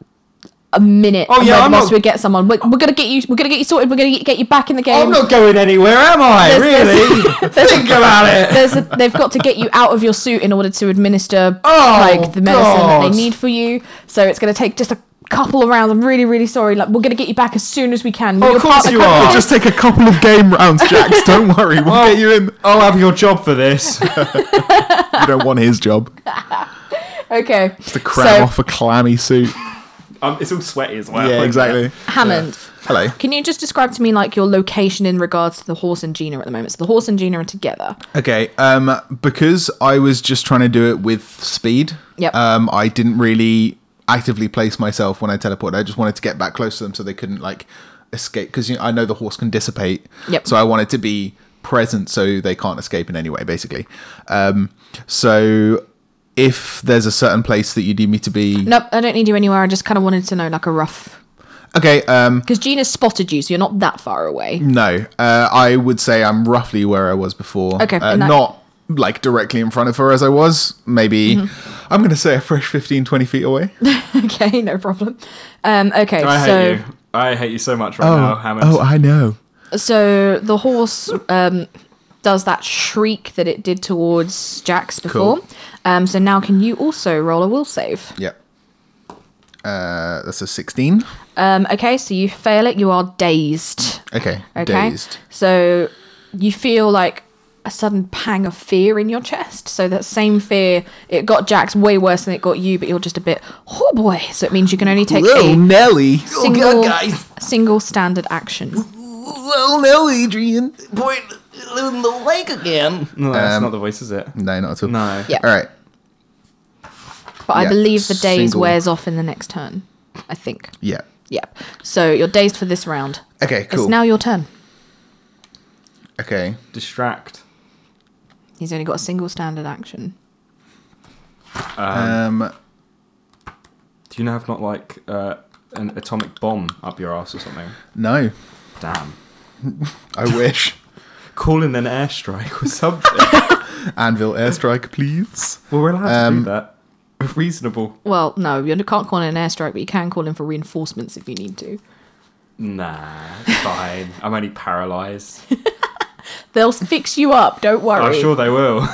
Speaker 3: a minute.
Speaker 2: Oh, yeah,
Speaker 3: unless-
Speaker 2: I'm
Speaker 3: unless
Speaker 2: not-
Speaker 3: we get someone. We're, we're gonna get you. We're gonna get you sorted. We're gonna get you back in the game.
Speaker 2: I'm not going anywhere, am I?
Speaker 3: There's-
Speaker 2: really?
Speaker 3: there's- there's-
Speaker 2: Think about it.
Speaker 3: There's a, they've got to get you out of your suit in order to administer
Speaker 2: Oh,
Speaker 3: like the medicine that
Speaker 2: God.
Speaker 3: they need for you. So it's gonna take just a couple of rounds. I'm really, really sorry. Like we're gonna get you back as soon as we can.
Speaker 2: Oh,
Speaker 3: You're
Speaker 2: of course
Speaker 3: part the
Speaker 2: you
Speaker 3: country.
Speaker 2: are.
Speaker 1: Just take a couple of game rounds, Jax. Don't worry, we'll
Speaker 2: Oh.
Speaker 1: get you in.
Speaker 2: I'll have your job for this.
Speaker 1: You don't want his job.
Speaker 3: Okay.
Speaker 1: To cram off a clammy suit.
Speaker 2: um, it's all sweaty as well.
Speaker 1: Yeah,
Speaker 2: isn't
Speaker 1: exactly.
Speaker 2: it?
Speaker 3: Hammond.
Speaker 1: Hello.
Speaker 3: Can you just describe to me like your location in regards to the horse and Gina at the moment? So the horse and Gina are together.
Speaker 1: Okay, um, because I was just trying to do it with speed.
Speaker 3: Yep.
Speaker 1: Um, I didn't really actively place myself when I teleported. I just wanted to get back close to them so they couldn't like escape because you know, I know the horse can dissipate.
Speaker 3: Yep.
Speaker 1: So I wanted to be present so they can't escape in any way, basically. Um, so if there's a certain place that you need me to be,
Speaker 3: Nope, I don't need you anywhere. I just kind of wanted to know like a rough
Speaker 1: okay. Um,
Speaker 3: because Gina spotted you, so you're not that far away.
Speaker 2: Mm.
Speaker 1: no, uh, I would say I'm roughly where I was before.
Speaker 3: Okay,
Speaker 1: uh,
Speaker 3: in that-
Speaker 1: not like directly in front of her as I was. Maybe
Speaker 3: Mm-hmm.
Speaker 1: I'm going to say a fresh 15, 20 feet away.
Speaker 3: okay, no problem. Um, okay,
Speaker 2: I hate
Speaker 3: so
Speaker 2: you. I hate you so much right now, Hammond.
Speaker 1: oh, I know.
Speaker 3: so the horse um, does that shriek that it did towards Jax before.
Speaker 1: Cool.
Speaker 3: Um, so now can you also roll a will save?
Speaker 1: Yep. Uh, that's a 16.
Speaker 3: Um, okay, so you fail it. You are dazed.
Speaker 1: Okay.
Speaker 3: Okay.
Speaker 1: Dazed.
Speaker 3: So you feel like a sudden pang of fear in your chest. So that same fear, it got Jax way worse than it got you, but you're just a bit, oh boy. So it means you can only take
Speaker 1: Little
Speaker 3: a
Speaker 1: Nelly.
Speaker 3: single, single standard action.
Speaker 1: Little Nelly, Adrian.
Speaker 2: point the lake again. No, that's
Speaker 1: Um,
Speaker 2: not the voice, is it?
Speaker 1: No, not at all.
Speaker 2: No.
Speaker 3: Yeah.
Speaker 1: All right.
Speaker 3: But I
Speaker 1: Yeah,
Speaker 3: believe the daze
Speaker 1: single.
Speaker 3: wears off in the next turn, I think.
Speaker 1: Yeah.
Speaker 3: Yep. So you're dazed for this round.
Speaker 1: Okay, cool.
Speaker 3: It's now your turn.
Speaker 1: okay.
Speaker 2: Distract.
Speaker 3: He's only got a single standard action.
Speaker 1: Um,
Speaker 2: Do you have not like uh, an atomic bomb up your ass or something?
Speaker 1: no.
Speaker 2: Damn.
Speaker 1: I wish.
Speaker 2: Call in an airstrike or something.
Speaker 1: Anvil airstrike, please.
Speaker 2: well, we're allowed
Speaker 1: Um,
Speaker 2: to do that. Reasonable.
Speaker 3: Well, no, you can't call in an airstrike, but you can call in for reinforcements if you need to.
Speaker 2: Nah, it's fine. I'm only paralysed.
Speaker 3: They'll fix you up, don't worry.
Speaker 2: I'm sure they will.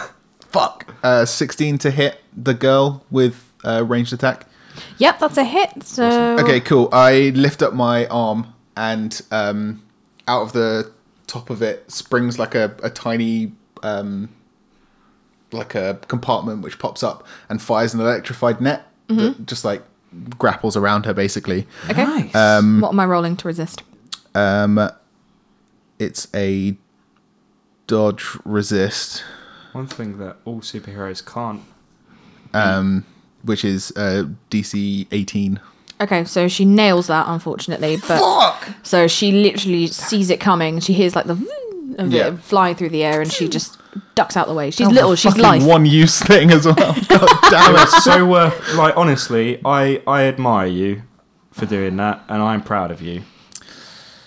Speaker 1: Fuck. Uh, 16 to hit the girl with uh, ranged attack.
Speaker 3: Yep, that's a hit. So
Speaker 1: Okay, cool. I lift up my arm, and um, out of the top of it springs like a, a tiny, um, like a compartment which pops up and fires an electrified net
Speaker 3: Mm-hmm.
Speaker 1: that just like grapples around her. Basically,
Speaker 3: Okay.
Speaker 2: Nice.
Speaker 3: What am I rolling to resist?
Speaker 1: um, it's a dodge resist,
Speaker 2: One thing that all superheroes can't.
Speaker 1: um, which is uh, DC eighteen.
Speaker 3: Okay, so she nails that, unfortunately. But
Speaker 1: Fuck!
Speaker 3: so she literally sees it coming. She hears like the vroom of
Speaker 1: Yeah.
Speaker 3: it flying through the air, and she just ducks out the way. She's
Speaker 1: That was a
Speaker 3: little. She's
Speaker 1: fucking
Speaker 3: lithe.
Speaker 1: one-use thing as well. God damn it!
Speaker 2: It's so worth. Like honestly, I I admire you for doing that, and I'm proud of you.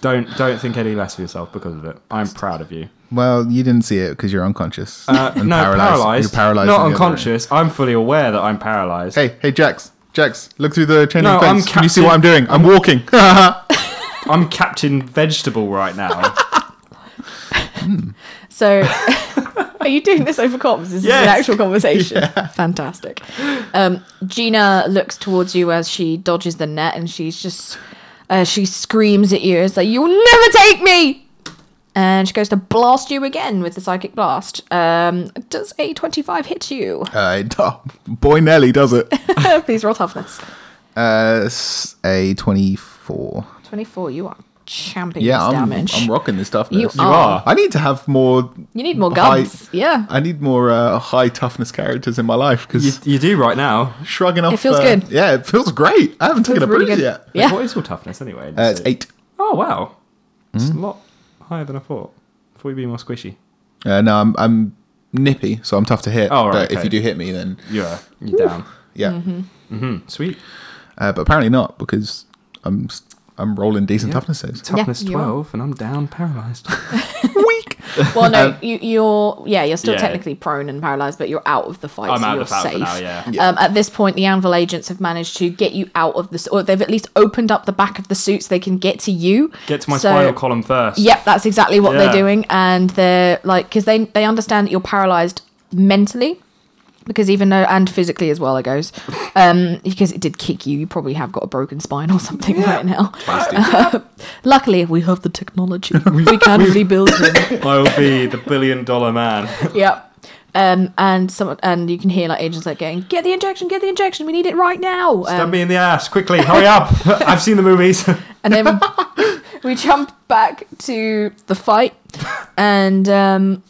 Speaker 2: Don't don't think any less of yourself because of it. I'm proud of you.
Speaker 1: Well, you didn't see it because you're unconscious.
Speaker 2: Uh, no, paralyzed.
Speaker 1: You're paralyzed.
Speaker 2: Not
Speaker 1: on the other
Speaker 2: unconscious. I'm fully aware that I'm paralyzed.
Speaker 1: end. Hey, hey, Jax. Jax, look through the chain
Speaker 2: No,
Speaker 1: link fence.
Speaker 2: I'm
Speaker 1: Can you see
Speaker 2: Captain-
Speaker 1: what I'm doing? I'm walking.
Speaker 2: I'm Captain Vegetable right now.
Speaker 3: So, are you doing this over comms? Is this
Speaker 2: Yes.
Speaker 3: an actual conversation? Fantastic. Um, Gina looks towards you as she dodges the net, and she's just uh, she screams at you. It's like you'll never take me. And she goes to blast you again with the psychic blast. Um, does a twenty-five hit you?
Speaker 1: uh, oh, boy, Nelly does it.
Speaker 3: Please roll toughness.
Speaker 1: Uh, s- a twenty-four.
Speaker 3: Twenty-four. You are champing
Speaker 1: Yeah,
Speaker 3: this
Speaker 1: I'm,
Speaker 3: damage.
Speaker 1: I'm rocking this toughness.
Speaker 3: You You are.
Speaker 2: are.
Speaker 1: I need to have more.
Speaker 3: you need more
Speaker 1: high-
Speaker 3: guns. yeah,
Speaker 1: I need more uh, high toughness characters in my life
Speaker 2: you,
Speaker 1: because
Speaker 2: you do right now.
Speaker 1: shrugging off.
Speaker 3: It feels
Speaker 1: uh,
Speaker 3: good.
Speaker 1: Yeah, it feels great. I haven't taken a
Speaker 3: Feels really
Speaker 1: bruise
Speaker 3: good.
Speaker 1: yet.
Speaker 2: Wait,
Speaker 3: Yeah.
Speaker 2: what is your toughness anyway?
Speaker 1: Uh, it's Hmm? eight.
Speaker 2: Oh wow, it's a lot higher than I thought. I thought you'd be more squishy.
Speaker 1: Uh, no, I'm I'm nippy, so I'm tough to hit.
Speaker 2: Oh, right,
Speaker 1: but if
Speaker 2: okay.
Speaker 1: you do hit me, then
Speaker 2: Yeah, you down.
Speaker 1: yeah.
Speaker 3: Mm.
Speaker 2: Hmm, sweet.
Speaker 1: Uh, but apparently not because I'm s- I'm rolling decent toughness saves.
Speaker 2: Toughness
Speaker 3: you are.
Speaker 2: 12, and I'm down paralyzed.
Speaker 1: Weak.
Speaker 3: Well, no, you, you're yeah, you're still
Speaker 2: Um, Yeah.
Speaker 3: technically prone and paralyzed, but you're out of the fight.
Speaker 2: I'm
Speaker 3: so
Speaker 2: out
Speaker 3: you're
Speaker 2: of the fight for
Speaker 3: safe.
Speaker 2: now, yeah.
Speaker 3: Um, at this point, the Anvil agents have managed to get you out of this, or they've at least opened up the back of the suit so they can get to you.
Speaker 2: Get to my
Speaker 3: So-
Speaker 2: spinal column first.
Speaker 3: Yep, that's exactly what
Speaker 2: Yeah.
Speaker 3: they're doing, and they're like because they they understand that you're paralyzed mentally. Because even though, and physically as well, I goes, um, because it did kick you, you probably have got a broken spine or something right now. Luckily, we have the technology; we can rebuild him.
Speaker 2: I'll be the billion dollar man.
Speaker 3: Yep. Um, and someone, and you can hear like agents like going, "Get the injection! Get the injection! We need it right now!"
Speaker 2: Stab
Speaker 3: Um,
Speaker 2: me in the ass, quickly, hurry up. I've seen the movies.
Speaker 3: and then we jump back to the fight, and um,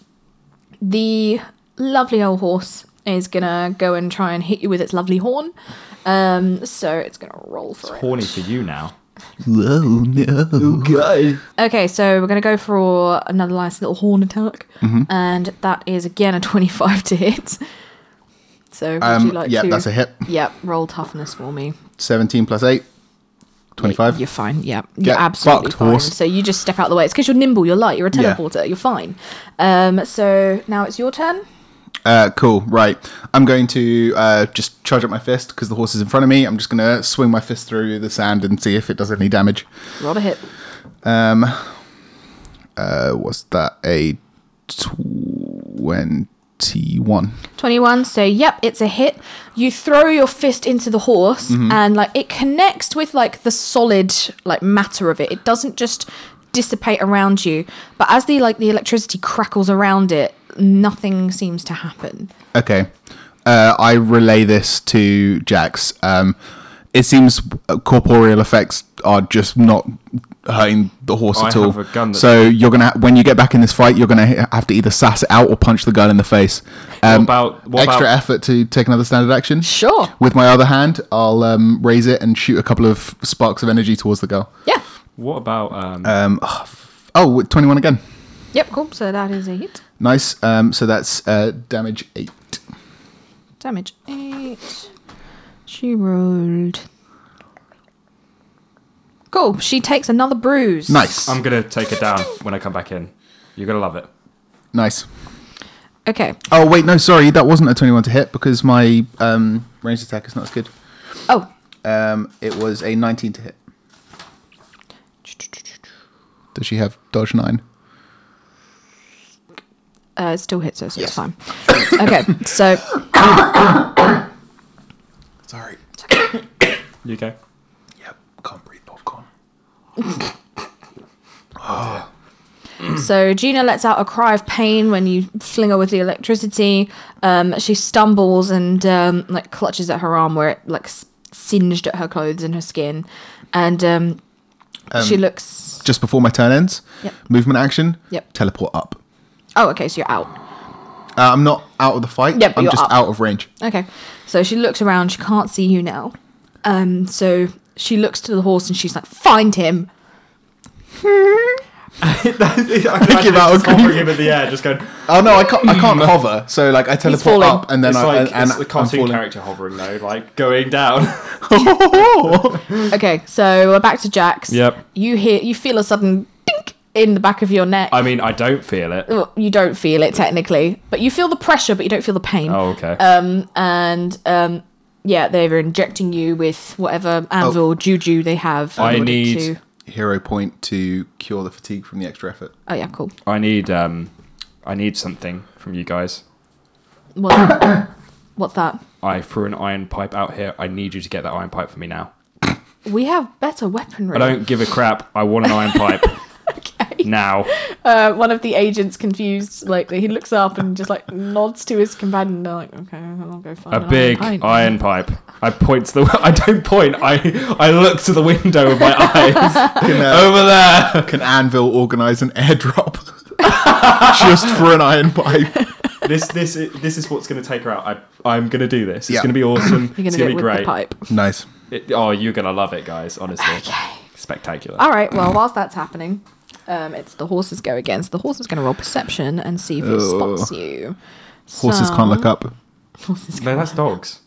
Speaker 3: the lovely old horse is gonna go and try and hit you with its lovely horn. Um, so it's gonna roll for it.
Speaker 2: Horny for you now.
Speaker 1: Whoa, no.
Speaker 2: Good.
Speaker 3: Okay, so we're gonna go for another nice little horn attack,
Speaker 1: Mm-hmm.
Speaker 3: and that is again a twenty-five to hit. So would you
Speaker 1: Um,
Speaker 3: like
Speaker 1: yeah,
Speaker 3: to?
Speaker 1: that's a hit.
Speaker 3: Yep, roll toughness for me.
Speaker 1: 17 plus 8. 25.
Speaker 3: You're fine. Yeah,
Speaker 1: Get
Speaker 3: you're absolutely
Speaker 1: fucked,
Speaker 3: fine.
Speaker 1: horse.
Speaker 3: So you just step out of the way. It's because you're nimble. You're light. You're a
Speaker 1: Yeah.
Speaker 3: teleporter. You're fine. Um, so now it's your turn.
Speaker 1: Uh, cool, right. I'm going to uh, just charge up my fist because the horse is in front of me. I'm just going to swing my fist through the sand and see if it does any damage.
Speaker 3: Roll a hit.
Speaker 1: Uh, what's that? A 21.
Speaker 3: Twenty-one. So yep, it's a hit. You throw your fist into the horse,
Speaker 1: Mm-hmm.
Speaker 3: and like it connects with like the solid like matter of it. It doesn't just dissipate around you, but as the like the electricity crackles around it, nothing seems to happen.
Speaker 1: Okay. Uh, I relay this to Jax. Um, it seems corporeal effects are just not hurting the horse
Speaker 2: I
Speaker 1: at
Speaker 2: have
Speaker 1: all.
Speaker 2: a gun that-
Speaker 1: so you're gonna when you get back in this fight, you're gonna ha- have to either sass it out or punch the gun in the face. Um,
Speaker 2: about- what
Speaker 1: extra
Speaker 2: about-
Speaker 1: effort to take another standard action?
Speaker 3: Sure.
Speaker 1: With my other hand, I'll um, raise it and shoot a couple of sparks of energy towards the girl.
Speaker 3: Yeah.
Speaker 2: What about um,
Speaker 1: Um, oh, f- oh, with 21 again.
Speaker 3: Yep. Cool. So that is a hit.
Speaker 1: Nice. Um, so that's uh, damage eight.
Speaker 3: Damage eight. She rolled. Cool. She takes another bruise.
Speaker 1: Nice.
Speaker 2: I'm gonna take it down when I come back in. You're gonna love it.
Speaker 1: nice.
Speaker 3: Okay.
Speaker 1: Oh wait, no, sorry, that wasn't a twenty-one to hit because my um, ranged attack is not as good.
Speaker 3: Oh.
Speaker 1: Um, it was a nineteen to hit. Does she have dodge nine?
Speaker 3: Uh, it still hits her, so
Speaker 1: Yes.
Speaker 3: it's fine. Okay. So
Speaker 1: Sorry.
Speaker 2: You okay?
Speaker 1: Yep. Can't breathe popcorn.
Speaker 3: so Gina lets out a cry of pain when you fling her with the electricity. Um, she stumbles and um, like clutches at her arm where it like s- singed at her clothes and her skin, and um, she looks.
Speaker 1: Just before my turn ends.
Speaker 3: Yep.
Speaker 1: Movement action.
Speaker 3: Yep.
Speaker 1: Teleport up.
Speaker 3: Oh, okay. So you're out.
Speaker 1: Uh, I'm not out of the fight.
Speaker 3: Yep,
Speaker 1: I'm
Speaker 3: you're
Speaker 1: just
Speaker 3: up.
Speaker 1: out of range.
Speaker 3: Okay. So she looks around. She can't see you now. Um, so she looks to the horse and she's like, "Find him."
Speaker 2: I
Speaker 1: think you're about okay.
Speaker 2: hovering him in the air, just going.
Speaker 1: Oh no, I can't. I can't hover. So like I teleport
Speaker 3: falling.
Speaker 1: up and then
Speaker 2: it's
Speaker 1: I
Speaker 2: like
Speaker 1: and, and
Speaker 2: it's the
Speaker 1: I'm
Speaker 2: cartoon
Speaker 1: falling.
Speaker 2: character hovering though, like going down.
Speaker 3: Okay. So we're back to Jax.
Speaker 2: Yep.
Speaker 3: You hear. You feel a sudden dink in the back of your neck.
Speaker 2: I mean, I don't feel it.
Speaker 3: Well, you don't feel it technically, but you feel the pressure, but you don't feel the pain.
Speaker 2: Oh, okay.
Speaker 3: Um, and um, yeah, they were injecting you with whatever anvil juju they have. in
Speaker 2: I
Speaker 3: order
Speaker 2: need-
Speaker 3: to-
Speaker 1: Hero point to cure the fatigue from the extra effort.
Speaker 3: Oh yeah, cool.
Speaker 2: I need um, I need something from you guys.
Speaker 3: What, what's that?
Speaker 2: I threw an iron pipe out here. I need you to get that iron pipe for me now.
Speaker 3: We have better weaponry.
Speaker 2: I don't give a crap. I want an iron pipe now.
Speaker 3: uh, one of the agents confused like he looks up and just like nods to his companion and they're like okay i'll go find
Speaker 2: A
Speaker 3: an
Speaker 2: big
Speaker 3: pint."
Speaker 2: iron pipe. I point to the. I don't point. I I look to the window with my eyes over there.
Speaker 1: Can Anvil organise an airdrop just for an iron pipe?
Speaker 2: This this is, this is what's going to take her out. I I'm going to do this. It's
Speaker 1: Yeah.
Speaker 2: going to be awesome.
Speaker 3: you're
Speaker 2: it's going
Speaker 3: gonna do it
Speaker 2: to be
Speaker 3: with
Speaker 2: great.
Speaker 3: the pipe
Speaker 1: Nice.
Speaker 2: It- oh, you're going to love it, guys. Honestly, spectacular.
Speaker 3: all right well whilst that's happening um, it's the horses go again so the horse is going to roll perception and see if it spots you
Speaker 1: Horses
Speaker 3: So-
Speaker 1: can't look up.
Speaker 3: Horses
Speaker 2: No, that's dogs.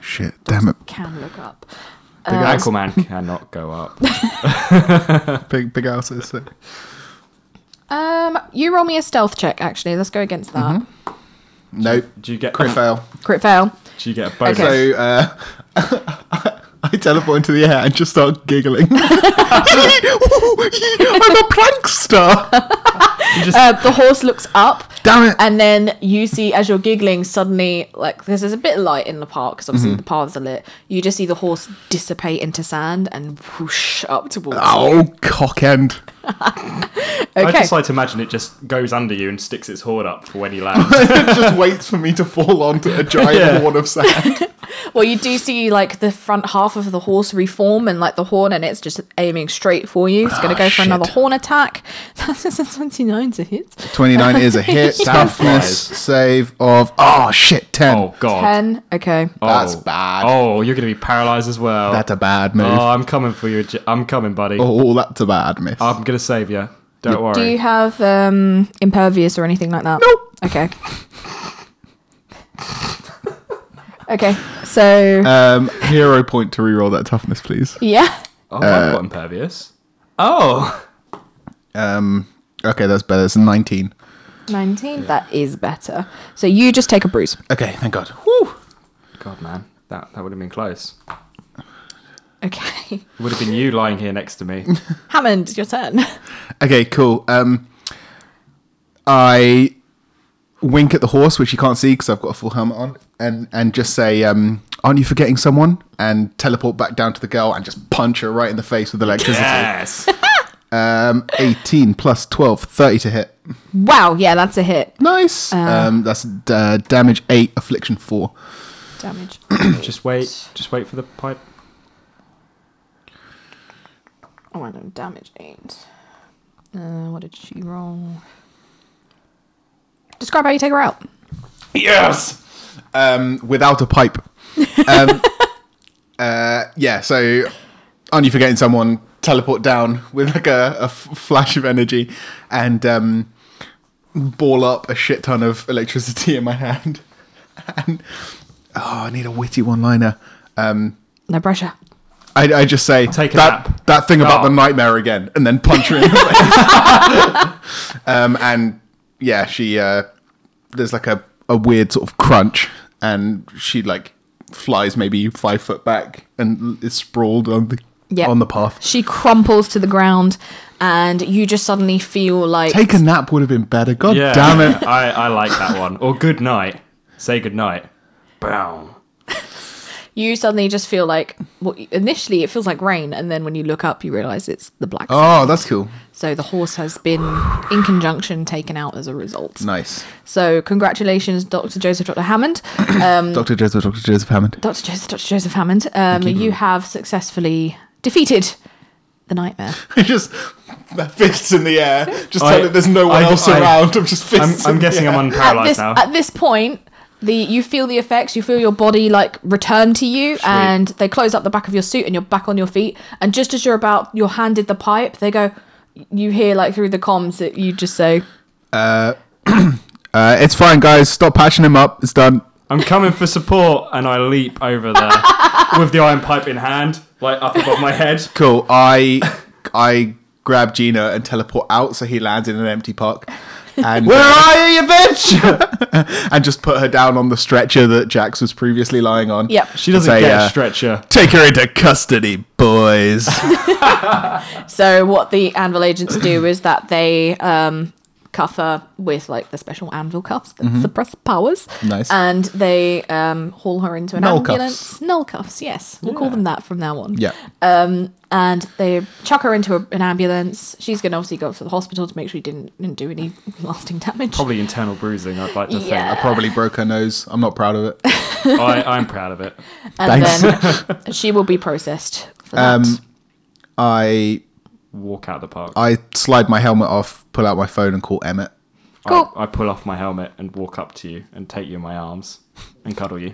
Speaker 1: Shit, damn it.
Speaker 3: can look up. Uh,
Speaker 2: Big Aquaman cannot go up.
Speaker 1: Big, big houses. so-
Speaker 3: Um, you roll me a stealth check. Actually, let's go against that.
Speaker 2: Mm-hmm.
Speaker 1: Nope.
Speaker 2: Do you get
Speaker 1: Crit fail.
Speaker 3: Crit fail.
Speaker 2: Do you get a bonus?
Speaker 3: Okay.
Speaker 1: So uh, I teleport into the air and just start giggling. I'm a prankster.
Speaker 2: You just
Speaker 3: Uh, the horse looks up.
Speaker 1: Damn it.
Speaker 3: And then you see, as you're giggling, suddenly, like, there's, there's a bit of light in the park because obviously the paths are lit. You just see the horse dissipate into sand and whoosh up towards.
Speaker 1: Oh, cock end.
Speaker 3: okay.
Speaker 2: I just like to imagine it just goes under you and sticks its horn up for when you land.
Speaker 1: it just waits for me to fall onto a giant
Speaker 2: Yeah.
Speaker 1: wall of sand.
Speaker 3: well, you do see, like, the front half of the horse reform and, like, the horn, and it's just aiming straight for you. It's going to
Speaker 1: Ah,
Speaker 3: go for another
Speaker 1: shit.
Speaker 3: horn attack. That's a 29 to hit.
Speaker 1: 29 is a hit. Toughness save of. Oh, shit. 10.
Speaker 2: oh god.
Speaker 3: 10. Okay.
Speaker 2: Oh.
Speaker 1: That's bad.
Speaker 2: Oh, you're gonna be paralyzed as well.
Speaker 1: That's a bad move.
Speaker 2: oh, I'm coming for you. J- I'm coming, buddy.
Speaker 1: Oh, that's a bad miss.
Speaker 2: I'm gonna save you. Don't worry.
Speaker 3: Do you have um, impervious or anything like that? Nope. Okay. okay. So
Speaker 1: um, hero point to reroll that toughness, please.
Speaker 3: yeah.
Speaker 2: oh, I've
Speaker 1: Uh,
Speaker 2: got impervious. Oh,
Speaker 1: Um, okay, that's better. It's 19.
Speaker 3: 19 that is better so you just take a bruise
Speaker 1: Okay, thank God.
Speaker 2: god, man, that that would have been close.
Speaker 3: okay
Speaker 2: It would have been you lying here next to me.
Speaker 3: hammond it's your turn
Speaker 1: Okay, cool. Um, I wink at the horse, which you can't see because I've got a full helmet on, and and just say, um, "Aren't you forgetting someone?" And teleport back down to the girl and just punch her right in the face with electricity.
Speaker 2: yes.
Speaker 1: Um, 18 plus 12, 30 to hit.
Speaker 3: wow yeah that's a hit
Speaker 1: Nice. um, that's uh, damage eight, affliction four.
Speaker 3: damage
Speaker 2: just wait. Just wait for the pipe.
Speaker 3: oh i know damage 8 uh, what did she roll describe how you take her out
Speaker 2: Yes.
Speaker 1: um, without a pipe. Um, uh, yeah, so aren't you forgetting someone teleport down with like a, a f- flash of energy and um, ball up a shit ton of electricity in my hand. And oh, I need a witty one-liner. Um,
Speaker 3: no pressure
Speaker 1: I, I just say
Speaker 2: Take a
Speaker 1: that
Speaker 2: nap.
Speaker 1: that thing about
Speaker 2: Oh.
Speaker 1: the nightmare again, and then punch her in. the face. um, and yeah, she uh, there's like a, a weird sort of crunch, and she like flies maybe five foot back and is sprawled on the
Speaker 3: Yeah.
Speaker 1: on the path.
Speaker 3: she crumples to the ground and you just suddenly feel like
Speaker 1: Take a nap would have been better. God
Speaker 2: Yeah.
Speaker 1: damn it!
Speaker 2: I I like that one. Or good night. Say good night. Bow.
Speaker 3: you suddenly just feel like well, initially it feels like rain and then when you look up you realize it's the black sun.
Speaker 1: Oh, that's cool.
Speaker 3: so the horse has been in conjunction taken out as a result
Speaker 1: Nice,
Speaker 3: so congratulations dr joseph dr hammond
Speaker 1: Doctor Joseph, Doctor Joseph Hammond.
Speaker 3: dr joseph dr joseph hammond um, you have successfully defeated the nightmare
Speaker 1: just uh, fists in the air. Just
Speaker 2: I-
Speaker 1: tell it there's no one
Speaker 2: I-
Speaker 1: else
Speaker 2: I-
Speaker 1: around. I'm just
Speaker 2: I'm,
Speaker 1: fists.
Speaker 2: I'm
Speaker 1: in the
Speaker 2: guessing
Speaker 1: air.
Speaker 2: I'm
Speaker 3: at
Speaker 2: unparalysed
Speaker 3: this,
Speaker 2: now.
Speaker 3: at this point the you feel the effects you feel your body like return to you and they close up the back of your suit and you're back on your feet and just as you're about you're handed the pipe they go you hear like through the comms that you just say
Speaker 1: Uh, it's fine, guys. Stop patching him up. It's done.
Speaker 2: I'm coming for support, and I leap over there with the iron pipe in hand, like up above my head.
Speaker 1: Cool. I I grab Gina and teleport out, so he lands in an empty park. And where are you, you bitch? and just put her down on the stretcher that Jax was previously lying on.
Speaker 3: Yep.
Speaker 2: She doesn't
Speaker 1: Say,
Speaker 2: get
Speaker 1: uh,
Speaker 2: a stretcher.
Speaker 1: Take her into custody, boys.
Speaker 3: So what the anvil agents do is that they um, cuff her with like the special anvil cuffs that suppress powers.
Speaker 1: Mm-hmm. Nice.
Speaker 3: And they um, haul her into an
Speaker 1: Null
Speaker 3: ambulance.
Speaker 1: cuffs.
Speaker 3: Null cuffs. Yes, we'll call
Speaker 2: Yeah.
Speaker 3: them that from now on. Um,
Speaker 1: yeah.
Speaker 3: And they chuck her into a, an ambulance. She's gonna obviously go to the hospital to make sure she didn't, didn't do any lasting damage.
Speaker 2: Probably internal bruising, I'd like to
Speaker 3: Yeah.
Speaker 1: I probably broke her nose. I'm not proud of it.
Speaker 2: think. I, I'm proud of it.
Speaker 3: and
Speaker 1: Thanks. Um,
Speaker 3: then she will be processed for that.
Speaker 1: I
Speaker 2: Walk out the park. I,
Speaker 1: I slide my helmet off, pull out my phone, and call Emmett.
Speaker 3: cool.
Speaker 2: I, pull off my helmet and walk up to you and take you in my arms and cuddle you.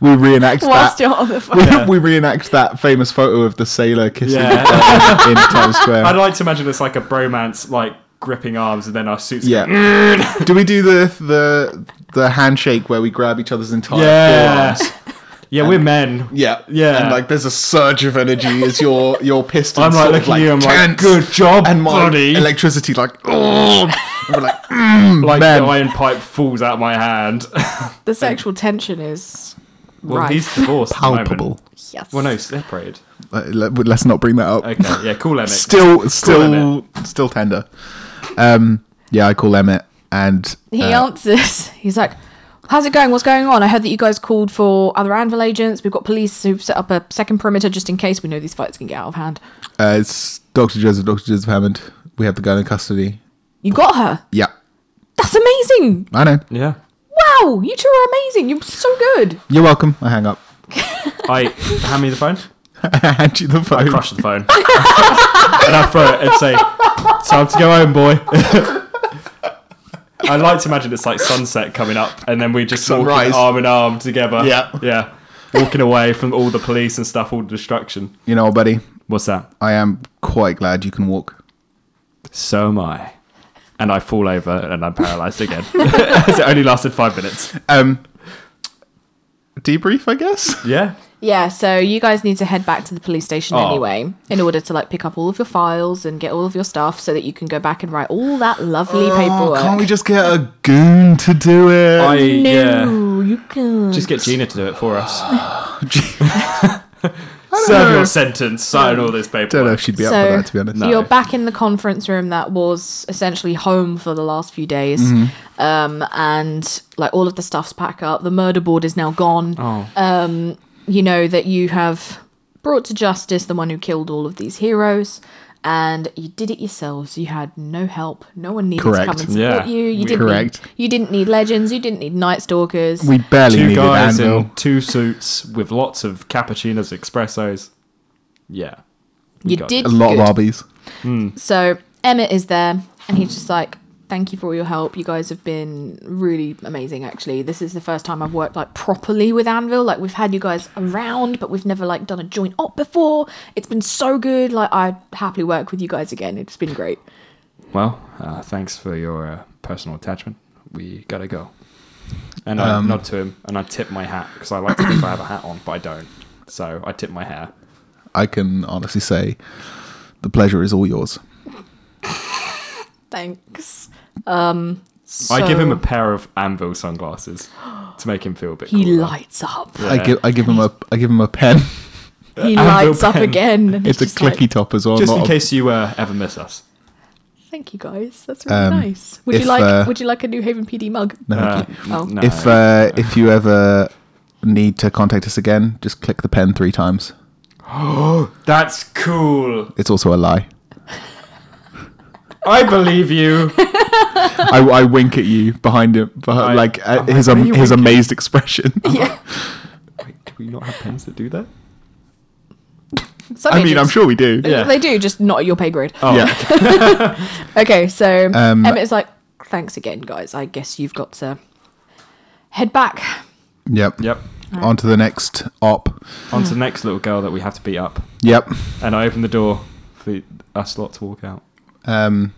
Speaker 1: We reenact
Speaker 3: Whilst
Speaker 1: that.
Speaker 3: you're on the phone.
Speaker 1: We, we reenact that famous photo of the sailor kissing
Speaker 2: Yeah.
Speaker 1: uh, in Times Square.
Speaker 2: I'd like to imagine it's like a bromance, like gripping arms, and then our suits.
Speaker 1: Yeah.
Speaker 2: Mm.
Speaker 1: do we do the the the handshake where we grab each other's entire
Speaker 2: yeah,
Speaker 1: forearms?
Speaker 2: yeah. We're men.
Speaker 1: Yeah,
Speaker 2: Yeah.
Speaker 1: And like, there's a surge of energy as your your piston.
Speaker 2: I'm like
Speaker 1: sort
Speaker 2: looking
Speaker 1: of, like,
Speaker 2: at you. I'm like,
Speaker 1: tense,
Speaker 2: good job,
Speaker 1: and my
Speaker 2: buddy.
Speaker 1: electricity like, oh, and we're like,
Speaker 2: like
Speaker 1: man.
Speaker 2: the iron pipe falls out of my hand. well,
Speaker 3: The sexual tension is right.
Speaker 2: he's divorced. at the moment.
Speaker 1: palpable.
Speaker 3: yes.
Speaker 2: Well, no, separated.
Speaker 1: Uh, let- Let's not bring that up.
Speaker 2: Okay, yeah, cool, Emmett.
Speaker 1: Still, still,
Speaker 2: Emmett.
Speaker 1: still tender. Um, yeah, I call Emmett, and
Speaker 3: He
Speaker 1: uh,
Speaker 3: answers. He's like, "How's it going? What's going on? I heard that you guys called for other Anvil agents. We've got police who've set up a second perimeter just in case we know these fights can get out of hand.
Speaker 1: uh, it's Doctor Joseph, Doctor Joseph Hammond. We have the girl in custody.
Speaker 3: You got her.
Speaker 1: Yeah,
Speaker 3: That's amazing.
Speaker 1: I know.
Speaker 2: Yeah.
Speaker 3: Wow, you two are amazing. You're so good.
Speaker 1: You're welcome. I hang up.
Speaker 2: I hand me the phone.
Speaker 1: I hand you the phone.
Speaker 2: Crush the phone. and I throw it and say, "Time to go home, boy." I like to imagine it's like sunset coming up, and then we just
Speaker 1: Sunrise.
Speaker 2: walking arm in arm together.
Speaker 1: Yeah.
Speaker 2: yeah, walking away from all the police and stuff, all the destruction.
Speaker 1: You know, buddy,
Speaker 2: What's that?
Speaker 1: I am quite glad you can walk.
Speaker 2: So am I. And I fall over and I'm paralysed again. it only lasted five minutes.
Speaker 1: Um, debrief, I guess.
Speaker 2: Yeah.
Speaker 3: Yeah, so you guys need to head back to the police station
Speaker 2: Oh.
Speaker 3: anyway in order to like pick up all of your files and get all of your stuff so that you can go back and write all that lovely paperwork.
Speaker 1: Oh, can't we just get a goon to do it?
Speaker 2: I
Speaker 3: no,
Speaker 2: yeah.
Speaker 3: you can.
Speaker 2: Just get Gina to do it for us.
Speaker 1: I
Speaker 2: Serve your sentence. Sign all this paperwork.
Speaker 1: don't know if she'd be up for that, to be honest.
Speaker 2: No.
Speaker 3: You're back in the conference room that was essentially home for the last few days.
Speaker 1: Mm-hmm.
Speaker 3: Um, and like all of the stuff's packed up. The murder board is now gone.
Speaker 2: Oh.
Speaker 3: Um, you know that you have brought to justice the one who killed all of these heroes. And you did it yourselves. You had no help. No one needed to
Speaker 1: Correct.
Speaker 3: come and support
Speaker 2: Yeah.
Speaker 3: you. You
Speaker 2: We-
Speaker 3: didn't.
Speaker 1: Correct.
Speaker 3: Need, you didn't need legends. You didn't need night stalkers.
Speaker 1: We barely
Speaker 2: two
Speaker 1: needed
Speaker 2: guys
Speaker 1: Anvil.
Speaker 2: in two suits with lots of cappuccinos, espressos. Yeah. We
Speaker 3: you
Speaker 2: got
Speaker 3: did
Speaker 1: A lot
Speaker 3: good.
Speaker 1: of Arby's.
Speaker 3: So Emmett is there, and he's just like, "Thank you for all your help. You guys have been really amazing. Actually, this is the first time I've worked like properly with Anvil. Like we've had you guys around, but we've never like done a joint op before. It's been so good. Like I happily work with you guys again. It's been great.
Speaker 2: Well, uh, thanks for your uh, personal attachment. We gotta go. And I nod to him and I tip my hat because I like to think I have a hat on, but I don't. So I tip my hair.
Speaker 1: I can honestly say the pleasure is all yours.
Speaker 3: Thanks." Um,
Speaker 2: I give him a
Speaker 3: so
Speaker 2: pair of anvil sunglasses to make him feel a bit.
Speaker 3: He
Speaker 2: cooler.
Speaker 3: lights up.
Speaker 1: I give I give him a I give him a pen.
Speaker 3: He
Speaker 2: Anvil
Speaker 3: lights up
Speaker 2: pen.
Speaker 3: again. And
Speaker 1: It's
Speaker 3: it's
Speaker 1: a
Speaker 3: just like,
Speaker 1: clicky top as well.
Speaker 2: just
Speaker 1: not
Speaker 2: in
Speaker 1: a-
Speaker 2: case you uh, ever miss us.
Speaker 3: Thank you guys. That's really
Speaker 1: Um,
Speaker 3: nice. Would
Speaker 1: if,
Speaker 3: you like?
Speaker 1: uh,
Speaker 3: would you like a New Haven PD mug?
Speaker 1: No,
Speaker 2: Uh,
Speaker 1: thank you.
Speaker 2: n-
Speaker 3: Oh.
Speaker 2: no.
Speaker 1: If uh, if you ever need to contact us again, just click the pen three times.
Speaker 2: uh, That's cool.
Speaker 1: It's also a lie.
Speaker 2: I believe you.
Speaker 1: I, I wink at you behind him, behind,
Speaker 2: I-
Speaker 1: like
Speaker 2: I'm
Speaker 1: at
Speaker 2: like,
Speaker 1: his
Speaker 2: "Why are
Speaker 1: um,
Speaker 2: you
Speaker 1: his
Speaker 2: winking?"
Speaker 1: amazed expression.
Speaker 3: Yeah.
Speaker 2: Wait, do we not have pens that do that?
Speaker 3: Some
Speaker 1: I mean, I'm
Speaker 3: agents-
Speaker 1: sure we do.
Speaker 2: Yeah.
Speaker 3: They do, just not at your pay grade.
Speaker 2: Oh,
Speaker 1: Yeah.
Speaker 3: Okay, so
Speaker 1: Um,
Speaker 3: Emmett is like, thanks again, guys. I guess you've got to head back.
Speaker 1: Yep.
Speaker 2: Yep.
Speaker 1: On to the next op.
Speaker 2: On to the next little girl that we have to beat up.
Speaker 1: Yep.
Speaker 2: And I open the door for us lot to walk out.
Speaker 1: Um,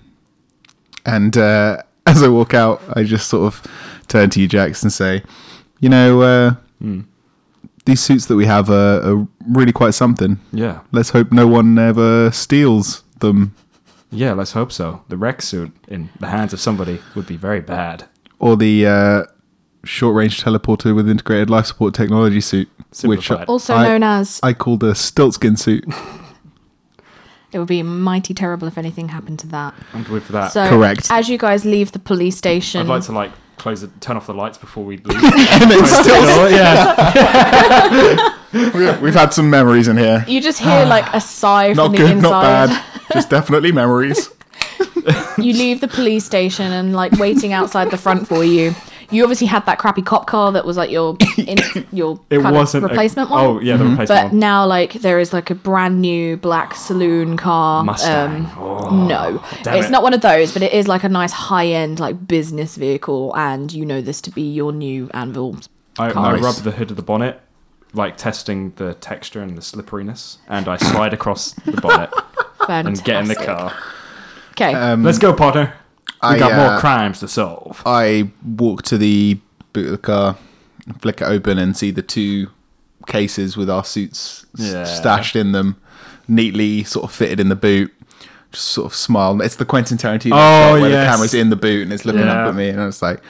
Speaker 1: and uh, as I walk out, I just sort of turn to you, Jax, and say, "You know, uh, these suits that we have are, are really quite something.
Speaker 2: Yeah.
Speaker 1: Let's hope no one ever steals them,
Speaker 2: Yeah, let's hope so. The wreck suit in the hands of somebody would be very bad.
Speaker 1: or the uh, short-range teleporter with integrated life support technology suit,
Speaker 2: Simplified.
Speaker 1: which
Speaker 3: Also
Speaker 1: I-
Speaker 3: known as,
Speaker 1: I call the Stiltskin suit.
Speaker 3: it would be mighty terrible if anything happened to that.
Speaker 2: I'm good for that.
Speaker 3: So,
Speaker 1: Uh, Correct.
Speaker 3: as you guys leave the police station,
Speaker 2: I'd like to like close it, turn off the lights before we leave.
Speaker 1: and it's still,
Speaker 2: yeah.
Speaker 1: we- we've had some memories in here.
Speaker 3: you just hear like a sigh
Speaker 1: Not
Speaker 3: from the
Speaker 1: good, not
Speaker 3: inside.
Speaker 1: bad. Just definitely memories.
Speaker 3: You leave the police station and like waiting outside the front for you. You obviously had that crappy cop car that was like your in, your
Speaker 2: It
Speaker 3: kind of
Speaker 2: wasn't a-
Speaker 3: replacement one.
Speaker 2: Oh yeah, the replacement
Speaker 3: But
Speaker 2: one.
Speaker 3: now, like, there is like a brand new black saloon car.
Speaker 2: Mustang.
Speaker 3: Um,
Speaker 2: Oh,
Speaker 3: no,
Speaker 2: damn
Speaker 3: it's
Speaker 2: it.
Speaker 3: not one of those, but it is like a nice high end, like business vehicle, and you know this to be your new anvil.
Speaker 2: I,
Speaker 3: car.
Speaker 2: I rub the hood of the bonnet, like testing the texture and the slipperiness, and I slide across the bonnet and
Speaker 3: Fantastic.
Speaker 2: get in the car.
Speaker 3: Okay.
Speaker 2: Let's go, Potter. We
Speaker 1: I,
Speaker 2: got
Speaker 1: uh,
Speaker 2: more crimes to solve.
Speaker 1: I walk to the boot of the car, flick it open, and see the two cases with our suits s-
Speaker 2: Yeah.
Speaker 1: stashed in them, neatly sort of fitted in the boot. Just sort of smile. It's the Quentin Tarantino
Speaker 2: Oh,
Speaker 1: shot where
Speaker 2: yes.
Speaker 1: the camera's in the boot and it's looking
Speaker 2: Yeah.
Speaker 1: up at me, and I was like,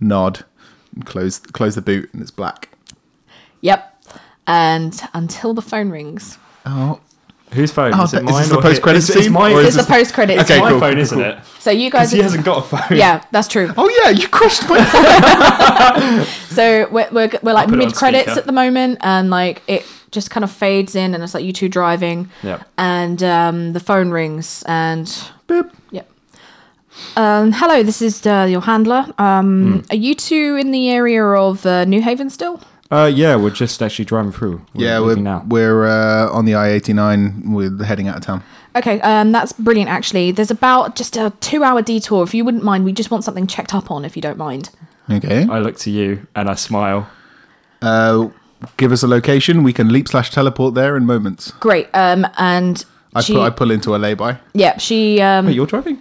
Speaker 1: nod, and close, close the boot, and it's black.
Speaker 3: yep. And until the phone rings.
Speaker 1: Oh,
Speaker 2: Whose phone?
Speaker 1: Oh,
Speaker 2: is it
Speaker 1: is this
Speaker 2: mine?
Speaker 1: the
Speaker 2: or
Speaker 1: post-credit
Speaker 2: his? It's
Speaker 1: scene,
Speaker 2: my,
Speaker 1: or is
Speaker 3: It's the post credits.
Speaker 1: Okay,
Speaker 2: my
Speaker 1: cool,
Speaker 2: phone,
Speaker 1: cool,
Speaker 2: isn't
Speaker 1: cool.
Speaker 2: it?
Speaker 3: So you
Speaker 2: Because
Speaker 3: guys.
Speaker 2: he hasn't got a phone.
Speaker 3: yeah, that's true.
Speaker 1: oh yeah, you crushed my
Speaker 3: So we're, we're, we're like
Speaker 2: put it on
Speaker 3: mid credits
Speaker 2: speaker.
Speaker 3: at the moment, and like it just kind of fades in, and it's like you two driving.
Speaker 2: Yep.
Speaker 3: And um, the phone rings, and
Speaker 1: Boop.
Speaker 3: Yep. Um, hello, this is uh, your handler. Um,
Speaker 2: Hmm.
Speaker 3: Are you two in the area of uh, New Haven still?
Speaker 2: Uh, yeah, we're just actually driving through. We're
Speaker 1: Yeah, we're
Speaker 2: leaving now.
Speaker 1: we're uh, on the I eighty nine. We're heading out of town.
Speaker 3: Okay, um, that's brilliant, actually. There's about just a two hour detour. If you wouldn't mind, we just want something checked up on, if you don't mind.
Speaker 1: Okay.
Speaker 2: I look to you and I smile.
Speaker 1: Uh, give us a location. We can leap slash teleport there in moments.
Speaker 3: Great. Um, and
Speaker 1: I,
Speaker 3: she,
Speaker 1: pu- I pull into a lay-by.
Speaker 3: yeah, she,
Speaker 2: Wait,
Speaker 3: um,
Speaker 2: you're driving?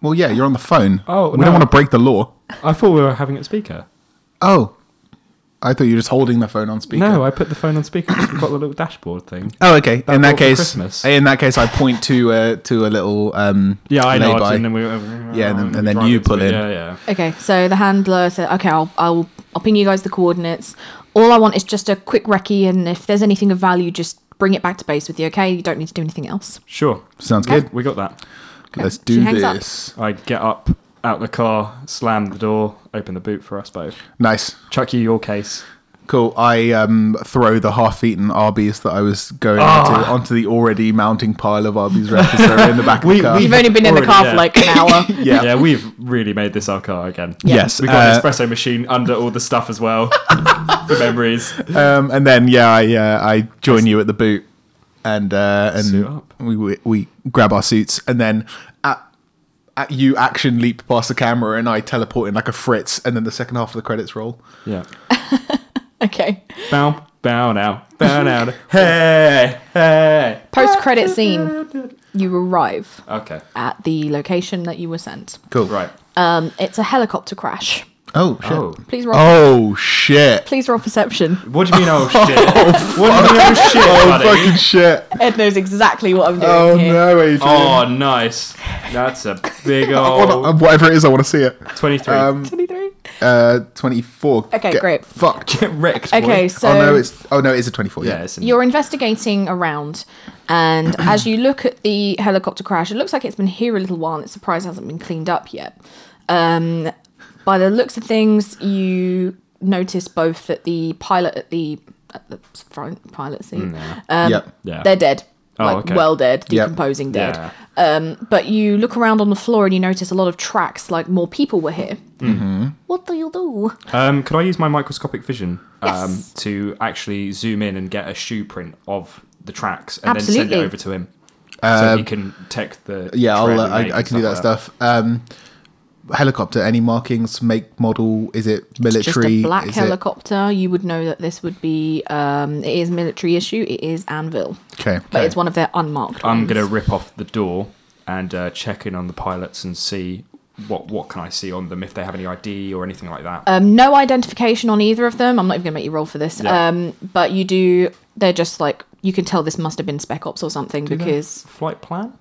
Speaker 1: Well, yeah, you're on the phone.
Speaker 2: Oh,
Speaker 1: we
Speaker 2: no.
Speaker 1: don't want to break the law.
Speaker 2: I thought we were having it speaker.
Speaker 1: Oh, I thought you were just holding the phone on speaker.
Speaker 2: No, I put the phone on speaker. because We've got the little dashboard thing.
Speaker 1: oh, okay. in
Speaker 2: bought
Speaker 1: that
Speaker 2: for
Speaker 1: case,
Speaker 2: Christmas.
Speaker 1: in that case, I point to uh, to a little um,
Speaker 2: Yeah, I know.
Speaker 1: lay-by.
Speaker 2: And then we,
Speaker 1: Yeah, and then- and then
Speaker 2: drive
Speaker 1: you
Speaker 2: into
Speaker 1: pull
Speaker 2: it.
Speaker 1: in.
Speaker 2: Yeah, yeah.
Speaker 3: okay, so the handler said, okay, I'll, I'll, I'll ping you guys the coordinates. All I want is just a quick recce, and if there's anything of value, just bring it back to base with you, okay? You don't need to do anything else.
Speaker 2: Sure.
Speaker 1: Sounds good.
Speaker 2: We got that.
Speaker 1: Let's
Speaker 3: She
Speaker 1: do
Speaker 3: hangs up.
Speaker 1: this.
Speaker 2: I get up out the car, slam the door, open the boot for us both.
Speaker 1: Nice,
Speaker 2: Chuck you your case.
Speaker 1: cool. I um, throw the half-eaten Arby's that I was going
Speaker 2: Ah.
Speaker 1: into onto the already mounting pile of Arby's wrappers that are in the back of
Speaker 2: We-
Speaker 1: the car.
Speaker 2: we-
Speaker 3: You've only been in the
Speaker 2: Already,
Speaker 3: car
Speaker 2: yeah.
Speaker 3: for like an hour.
Speaker 1: yeah.
Speaker 2: yeah, we've really made this our car again.
Speaker 1: Yes,
Speaker 2: we got
Speaker 1: uh,
Speaker 2: an espresso machine under all the stuff as well for memories.
Speaker 1: Um, and then yeah, I uh, I join you at the boot, and uh,
Speaker 2: Suit
Speaker 1: and
Speaker 2: up.
Speaker 1: we, we we grab our suits, and then at, at you action leap past the camera, and I teleport in like a Fritz, and then the second half of the credits roll.
Speaker 2: Yeah.
Speaker 3: Okay.
Speaker 2: Bow, bow now, bow now. Hey, hey.
Speaker 3: Post credit scene, you arrive
Speaker 2: Okay,
Speaker 3: at the location that you were sent.
Speaker 1: Cool.
Speaker 2: right.
Speaker 3: Um, it's a helicopter crash.
Speaker 1: Oh shit.
Speaker 2: Oh.
Speaker 1: Oh.
Speaker 3: Please roll.
Speaker 1: shit.
Speaker 3: Please roll perception.
Speaker 2: What do you mean, oh shit? what do you mean, oh shit,
Speaker 1: Oh
Speaker 2: buddy?
Speaker 1: fucking shit.
Speaker 3: Ed knows exactly what I'm doing
Speaker 1: Oh
Speaker 3: here.
Speaker 1: no, Adrian.
Speaker 2: Oh, nice. That's a big
Speaker 1: Oh,
Speaker 2: old
Speaker 1: whatever it is, I want to see it.
Speaker 2: 23.
Speaker 1: Um,
Speaker 3: 23.
Speaker 1: uh, twenty-four.
Speaker 3: Okay, great.
Speaker 1: Fucked.
Speaker 2: Get wrecked. boy.
Speaker 3: Okay, so
Speaker 1: oh no, it's oh no, it is a twenty-four.
Speaker 2: Yeah,
Speaker 1: Yeah.
Speaker 2: it's in-
Speaker 3: you're investigating around, and as you look at the helicopter crash, it looks like it's been here a little while, and it's surprised it hasn't been cleaned up yet. Um, by the looks of things, you notice both that the pilot at the, at the front pilot seat Um,
Speaker 1: yep.
Speaker 2: Mm, Yeah.
Speaker 3: They're dead.
Speaker 2: Oh,
Speaker 3: like
Speaker 2: okay.
Speaker 3: well dead,
Speaker 1: Yep.
Speaker 3: decomposing dead.
Speaker 2: Yeah.
Speaker 3: But you look around on the floor and you notice a lot of tracks, like more people were here. Mm-hmm. What do you do?
Speaker 2: Um, could I use my microscopic vision um,
Speaker 3: Yes.
Speaker 2: to actually zoom in and get a shoe print of the tracks and then send
Speaker 3: Absolutely.
Speaker 2: it over to him so he can detect the.
Speaker 1: Um, Yeah,
Speaker 2: tread
Speaker 1: I'll, uh,
Speaker 2: we make
Speaker 1: I, I
Speaker 2: and
Speaker 1: can do that
Speaker 2: like
Speaker 1: stuff. Um, helicopter, any markings, make, model? Is it
Speaker 3: Just
Speaker 1: military?
Speaker 3: a black
Speaker 1: Is it-
Speaker 3: helicopter. You would know that this would be. Um, it is military issue. It is Anvil,
Speaker 1: Okay.
Speaker 3: but it's one of their unmarked.
Speaker 2: I'm
Speaker 3: ones.
Speaker 2: gonna rip off the door and uh, check in on the pilots and see what what can I see on them if they have any ID or anything like that.
Speaker 3: Um, no identification on either of them. I'm not even gonna make you roll for this.
Speaker 2: Yeah.
Speaker 3: Um, but you do. They're just like you can tell this must have been Spec Ops or something because
Speaker 2: flight plan.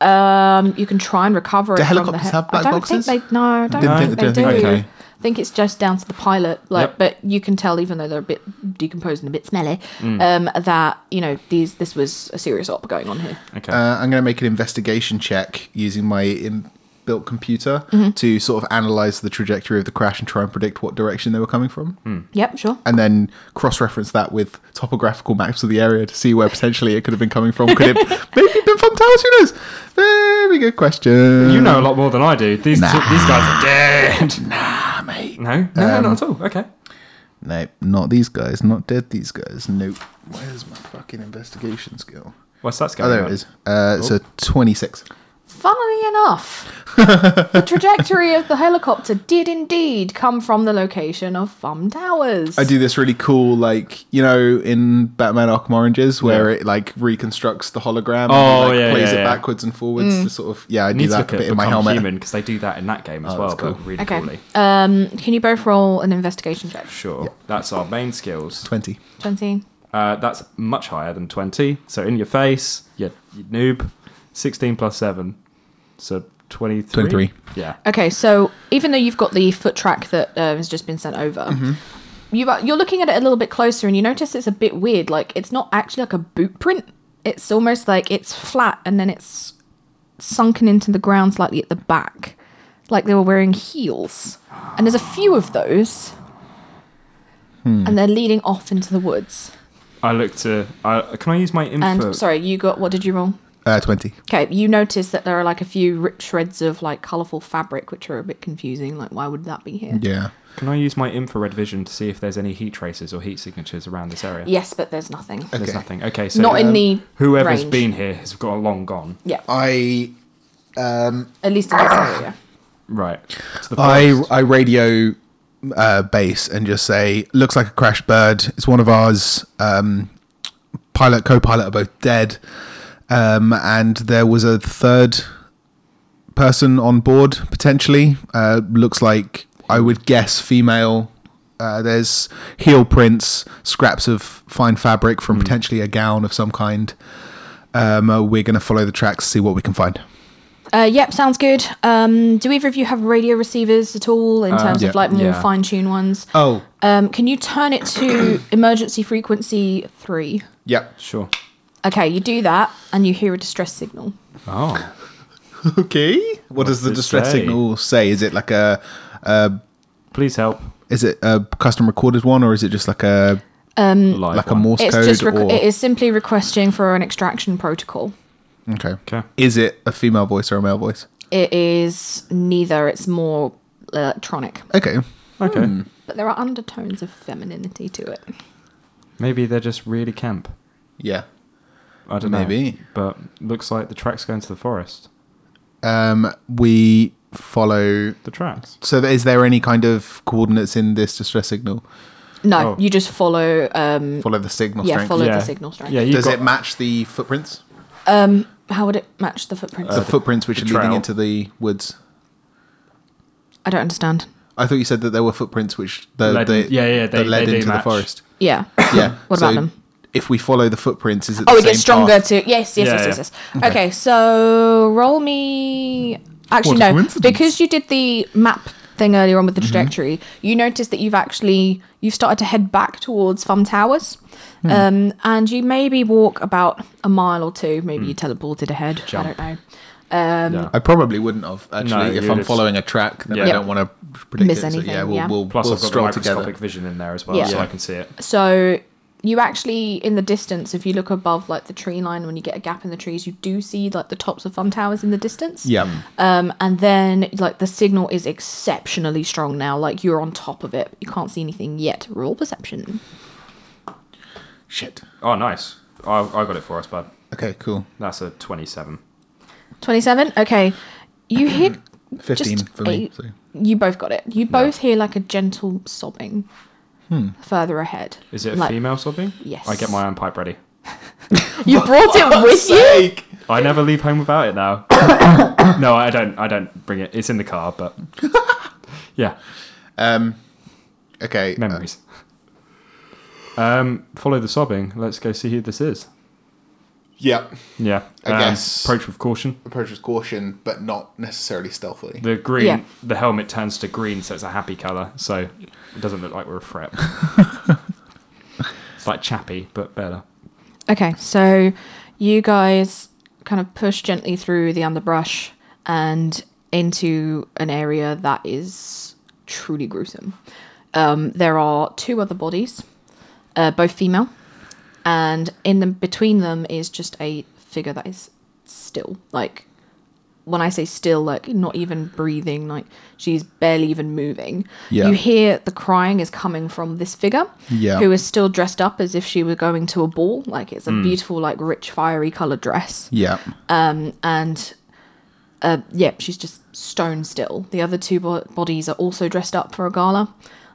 Speaker 3: Um, you can try and recover it.
Speaker 1: helicopters
Speaker 3: from the
Speaker 1: have black
Speaker 3: I don't
Speaker 1: boxes?
Speaker 3: Think they, no, I don't
Speaker 1: Didn't
Speaker 3: think,
Speaker 1: think-
Speaker 3: they
Speaker 1: didn't
Speaker 3: do.
Speaker 1: think they do.
Speaker 3: I think it's just down to the pilot. Like,
Speaker 2: Yep.
Speaker 3: but you can tell, even though they're a bit decomposed and a bit smelly,
Speaker 1: Mm.
Speaker 3: um, that you know these this was a serious op going on here.
Speaker 2: Okay.
Speaker 1: Uh, I'm going to make an investigation check using my inbuilt computer
Speaker 3: Mm-hmm.
Speaker 1: to sort of analyze the trajectory of the crash and try and predict what direction they were coming
Speaker 2: Hmm.
Speaker 1: from,
Speaker 3: Yep, sure.
Speaker 1: and then cross-reference that with topographical maps of the area to see where potentially it could have been coming from. Could it maybe been from towers? Who knows? Very good question.
Speaker 2: you know a lot more than I do. These these guys are dead.
Speaker 1: Ah, mate.
Speaker 2: No, no, not at
Speaker 1: Um,
Speaker 2: all. Okay.
Speaker 1: Nope, not these guys. Not dead. These guys. Nope. Where's my fucking investigation skill?
Speaker 2: What's that going
Speaker 1: Oh, there
Speaker 2: on?
Speaker 1: it is. Uh, it's a 26.
Speaker 3: Funnily enough, the trajectory of the helicopter did indeed come from the location of Thumb Towers.
Speaker 1: I do this really cool, like you know, in Batman Arkham Oranges, where
Speaker 2: Yeah.
Speaker 1: it like reconstructs the hologram. and,
Speaker 2: Oh,
Speaker 1: like,
Speaker 2: yeah,
Speaker 1: plays
Speaker 2: yeah,
Speaker 1: it
Speaker 2: yeah. Mm.
Speaker 1: backwards and forwards. To sort of yeah, I do
Speaker 2: Need to
Speaker 1: that
Speaker 2: look
Speaker 1: a
Speaker 2: at
Speaker 1: bit in my
Speaker 2: Become
Speaker 1: helmet. Oh,
Speaker 2: Human because they do that in that game as well,
Speaker 1: that's
Speaker 2: but
Speaker 1: cool.
Speaker 2: really
Speaker 3: Okay.
Speaker 2: coolly.
Speaker 3: Um, can you both roll an investigation check?
Speaker 2: Sure. That's our main skills.
Speaker 1: Twenty.
Speaker 3: Twenty.
Speaker 2: Uh, that's much higher than 20. So in your face, you, you noob. 16 plus 7. So 23.
Speaker 1: 23.
Speaker 2: Yeah.
Speaker 3: Okay, so even though you've got the foot track that uh, has just been sent over, you are, you're looking at it a little bit closer, and you notice it's a bit weird. Like it's not actually like a boot print. It's almost like it's flat, and then it's sunken into the ground slightly at the back, like they were wearing heels. And there's a few of those, and they're leading off into the woods.
Speaker 2: I look to. I can I use my info?
Speaker 3: And sorry, you got what did you roll?
Speaker 1: Uh, Twenty.
Speaker 3: Okay, you notice that there are like a few rich shreds of like colourful fabric, which are a bit confusing. Like, why would that be here?
Speaker 1: Yeah.
Speaker 2: Can I use my infrared vision to see if there's any heat traces or heat signatures around this area?
Speaker 3: Yes, but there's nothing.
Speaker 2: There's
Speaker 1: Okay.
Speaker 2: nothing. Okay, so um,
Speaker 3: Not in the
Speaker 2: whoever's
Speaker 3: range.
Speaker 2: been here has got long gone.
Speaker 3: Yeah,
Speaker 1: I um,
Speaker 3: at least in this area.
Speaker 2: Right. To the
Speaker 1: I
Speaker 2: forest.
Speaker 1: I radio uh, base and just say, looks like a crashed bird. It's one of ours. Um, pilot, co-pilot are both dead, um, and there was a third person on board potentially. Uh, looks like I would guess female. Uh, there's heel prints, scraps of fine fabric from potentially a gown of some kind. Um, uh, we're going to follow the tracks, see what we can find.
Speaker 3: Uh, yep, sounds good. Um, do either of you have radio receivers at all in terms
Speaker 1: yeah,
Speaker 3: of like more
Speaker 2: yeah.
Speaker 3: fine-tuned ones?
Speaker 1: Oh,
Speaker 3: Um, can you turn it to emergency frequency three?
Speaker 1: yep.
Speaker 2: Sure.
Speaker 3: Okay, you do that, and you hear a distress signal.
Speaker 1: Ah.
Speaker 2: Oh.
Speaker 1: Okay. What, does the
Speaker 2: does it
Speaker 1: distress
Speaker 2: say?
Speaker 1: signal say? Is it like a
Speaker 2: Please help.
Speaker 1: is it a custom recorded one or is it just like a
Speaker 3: Mm.
Speaker 2: Live
Speaker 1: like
Speaker 2: one.
Speaker 1: a Morse
Speaker 3: It's
Speaker 1: code
Speaker 3: just requ
Speaker 1: or
Speaker 3: it is simply requesting for an extraction protocol.
Speaker 1: okay.
Speaker 2: Okay.
Speaker 1: Is it a female voice or a male voice?
Speaker 3: It is neither. It's more electronic,
Speaker 1: Okay.
Speaker 2: Okay.
Speaker 1: Hmm.
Speaker 3: but there are undertones of femininity to it.
Speaker 2: Maybe they're just really camp.
Speaker 1: Yeah.
Speaker 2: I don't know.
Speaker 1: Maybe.
Speaker 2: But looks like the tracks go into the forest.
Speaker 1: Um we follow
Speaker 2: The tracks.
Speaker 1: so is there any kind of coordinates in this distress signal?
Speaker 3: No,
Speaker 2: Oh.
Speaker 3: you just follow. Um,
Speaker 1: Follow the signal
Speaker 3: Yeah,
Speaker 1: strength.
Speaker 3: follow- Look at
Speaker 2: yeah.
Speaker 3: the signal strength.
Speaker 2: Yeah. You've
Speaker 1: Does
Speaker 2: got,
Speaker 1: it match the footprints?
Speaker 3: how would it match the footprints?
Speaker 1: the footprints which
Speaker 2: Uh, the
Speaker 1: are leading
Speaker 2: trail.
Speaker 1: into the woods.
Speaker 3: I don't understand.
Speaker 1: I thought you said that there were footprints which the,
Speaker 2: Led-
Speaker 1: the
Speaker 2: yeah, yeah, they-
Speaker 1: that led
Speaker 2: they do
Speaker 1: into the
Speaker 2: match.
Speaker 1: forest.
Speaker 3: Yeah.
Speaker 1: Yeah.
Speaker 3: What about them?
Speaker 1: If we follow the footprints, is it?
Speaker 3: Oh,
Speaker 1: the
Speaker 3: it gets
Speaker 1: same
Speaker 3: stronger
Speaker 1: path?
Speaker 3: too. Yes, yes,
Speaker 2: Yeah,
Speaker 3: yes,
Speaker 2: yeah.
Speaker 3: yes, yes. Okay. so roll me. Actually,
Speaker 1: What a
Speaker 3: no,
Speaker 1: coincidence. Mm-hmm.
Speaker 3: because you did the map thing earlier on with the trajectory. You noticed that you've actually you've started to head back towards Fum Towers,
Speaker 1: Hmm.
Speaker 3: um, and you maybe walk about a mile or two. Maybe
Speaker 1: Hmm.
Speaker 3: you teleported ahead. I
Speaker 2: Jump.
Speaker 3: don't know.
Speaker 2: yeah.
Speaker 1: I probably wouldn't have actually
Speaker 2: No,
Speaker 1: if
Speaker 2: you'd
Speaker 1: I'm
Speaker 2: have-
Speaker 1: following a track. Then I
Speaker 2: Yeah.
Speaker 1: don't want to predict
Speaker 3: Miss
Speaker 1: it. so
Speaker 3: anything,
Speaker 1: yeah, we'll,
Speaker 3: yeah.
Speaker 1: we'll,
Speaker 2: Plus,
Speaker 1: we'll
Speaker 2: I've got the
Speaker 1: stroll
Speaker 2: microscopic
Speaker 1: together.
Speaker 2: vision in there as well,
Speaker 3: Yeah.
Speaker 2: so
Speaker 3: Yeah.
Speaker 2: I can see it.
Speaker 3: So you actually in the distance, if you look above like the tree line, when you get a gap in the trees, you do see like the tops of Fum Towers in the distance.
Speaker 1: Yeah,
Speaker 3: Um, and then like the signal is exceptionally strong now. Like you're on top of it. You can't see anything yet. Roll perception.
Speaker 1: shit.
Speaker 2: Oh, nice. I, I got it for us, bud.
Speaker 1: Okay, cool.
Speaker 2: That's a 27.
Speaker 3: Twenty-seven. Okay, you hear.
Speaker 1: Fifteen
Speaker 3: just
Speaker 1: for me.
Speaker 3: a-
Speaker 1: so-
Speaker 3: You both got it. You both hear like a gentle sobbing further ahead.
Speaker 2: Hmm. Is it a
Speaker 3: like,
Speaker 2: female sobbing?
Speaker 3: Yes.
Speaker 2: I get my own pipe ready.
Speaker 3: You brought it with you.
Speaker 2: I never leave home without it now. no, I don't. I don't bring it. It's in the car, but yeah,
Speaker 1: Um, Okay, uh,
Speaker 2: memories. Um, follow the sobbing. Let's go see who this is.
Speaker 1: yeah,
Speaker 2: Yeah,
Speaker 1: I
Speaker 2: um,
Speaker 1: guess.
Speaker 2: approach with caution.
Speaker 1: approach with caution, but not necessarily stealthily.
Speaker 2: The green,
Speaker 3: Yeah.
Speaker 2: the helmet turns to green, so it's a happy color. So it doesn't look like we're a threat. it's like Chappie, but better.
Speaker 3: Okay, so you guys kind of push gently through the underbrush and into an area that is truly gruesome. Um, there are two other bodies, uh, both female, and in them between them is just a figure that is still like when I say still, like not even breathing, like she's barely even moving.
Speaker 1: Yeah.
Speaker 3: You hear the crying is coming from this figure,
Speaker 1: Yeah.
Speaker 3: who is still dressed up as if she were going to a
Speaker 2: Hmm.
Speaker 3: ball. Like it's a beautiful, like rich, fiery colored dress.
Speaker 1: Yeah,
Speaker 3: Um, and uh, yeah, she's just stone still. The other two bo- bodies are also dressed up for a gala.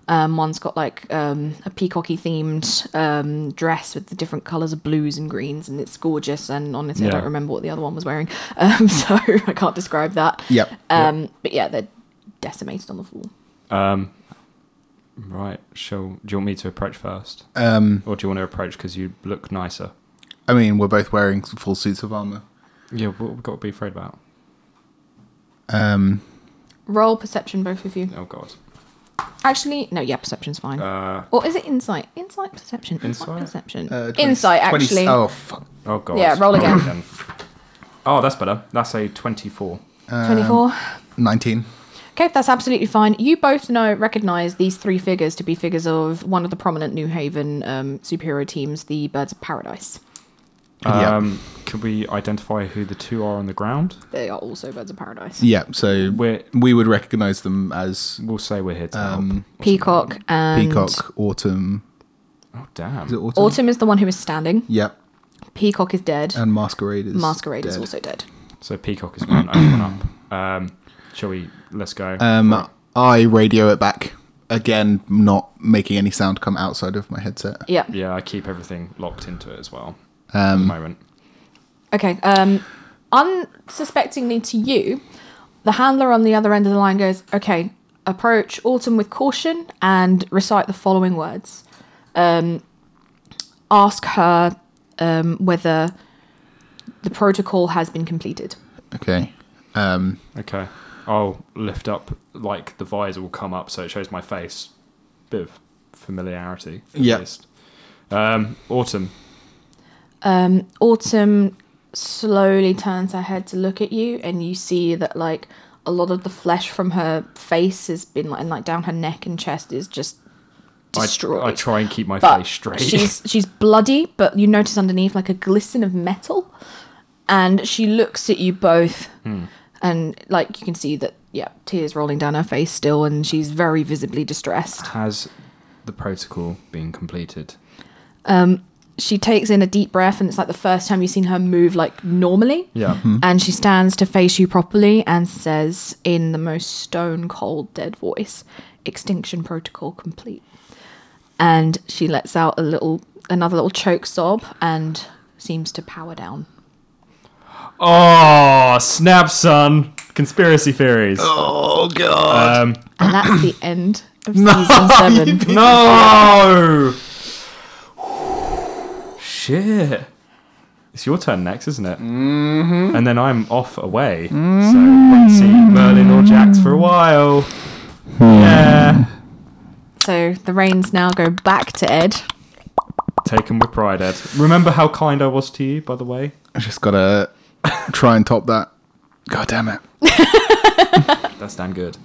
Speaker 3: Um, one's got like um, a peacocky themed um, dress with the different colours of blues and greens, and it's gorgeous. And honestly, I
Speaker 2: Yeah.
Speaker 3: don't remember what the other one was wearing, um, so I can't describe that.
Speaker 1: Yep.
Speaker 3: Um, But yeah, they're decimated on the floor.
Speaker 2: Right. Shall do you want me to approach first,
Speaker 1: Um,
Speaker 2: or do you want to approach because you look nicer?
Speaker 1: I mean, we're both wearing full suits of armor.
Speaker 2: Yeah. What have we got to be afraid about?
Speaker 1: Um,
Speaker 3: Roll perception, both of you.
Speaker 2: Oh God.
Speaker 3: Actually, no, yeah, perception's fine.
Speaker 2: Uh.
Speaker 3: or is it insight? Insight, perception,
Speaker 2: Insight?
Speaker 3: insight, perception,
Speaker 1: uh, 20
Speaker 3: insight.
Speaker 1: 20
Speaker 3: Actually,
Speaker 1: Oh fuck.
Speaker 2: Oh God.
Speaker 3: Yeah, roll again.
Speaker 2: oh, that's better. That's a twenty-four.
Speaker 3: twenty-four.
Speaker 1: um, Nineteen.
Speaker 3: Okay, that's absolutely fine. You both know, recognize these three figures to be figures of one of the prominent New Haven um, superhero teams, the Birds of Paradise.
Speaker 1: Yeah.
Speaker 2: Um, Could we identify who the two are on the ground?
Speaker 3: They are also Birds of Paradise.
Speaker 1: Yeah. So
Speaker 2: We're-
Speaker 1: we would recognize them as
Speaker 2: We'll say we're here to
Speaker 1: um,
Speaker 3: Peacock and
Speaker 1: Peacock Autumn.
Speaker 2: help. Oh damn.
Speaker 1: Is it Autumn?
Speaker 3: Autumn is the one who is standing.
Speaker 1: Yep.
Speaker 3: Peacock is dead.
Speaker 1: And Masquerade Um, is
Speaker 3: Masquerade is
Speaker 1: dead.
Speaker 3: also dead.
Speaker 2: So Peacock is one, only one up. Um, shall we? Let's go.
Speaker 1: Um, I radio it back again, not making any sound come outside of my headset.
Speaker 3: Yeah.
Speaker 2: yeah, I keep everything locked into it as well. at the moment.
Speaker 3: Okay. Um, unsuspectingly to you, the handler on the other end of the line goes, "Okay, approach Autumn with caution and recite the following words. Um, ask her um, whether the protocol has been completed."
Speaker 1: Okay. Um,
Speaker 2: Okay. I'll lift up, like, the visor will come up so it shows my face. Bit of familiarity. at
Speaker 1: Yeah.
Speaker 2: least. Um, Autumn.
Speaker 3: Um, Autumn slowly turns her head to look at you, and you see that like a lot of the flesh from her face has been like, and like down her neck and chest is just
Speaker 2: I,
Speaker 3: destroyed.
Speaker 2: I try and keep my
Speaker 3: but
Speaker 2: face straight.
Speaker 3: She's she's bloody, but you notice underneath like a glisten of metal, and she looks at you both,
Speaker 2: Hmm.
Speaker 3: and like you can see that yeah, tears rolling down her face still, and she's very visibly distressed.
Speaker 2: Has the protocol been completed?
Speaker 3: She takes in a deep breath, and it's like the first time you've seen her move like normally.
Speaker 2: Yeah.
Speaker 3: And she stands to face you properly and says in the most stone cold dead voice, Extinction protocol complete. And she lets out a little another little choke sob and seems to power down.
Speaker 2: Oh, snap, son. Conspiracy theories.
Speaker 1: oh god.
Speaker 3: And that's the end of season seven.
Speaker 2: No! Shit. It's your turn next, isn't it? Mm-hmm. And then I'm off away. So won't see Merlin or Jax for a while. Yeah.
Speaker 3: So the reins now go back to Ed.
Speaker 2: Take 'em with pride, Ed. Remember how kind I was to you, by the way?
Speaker 1: I just gotta try and top that. God damn it.
Speaker 2: That's damn good.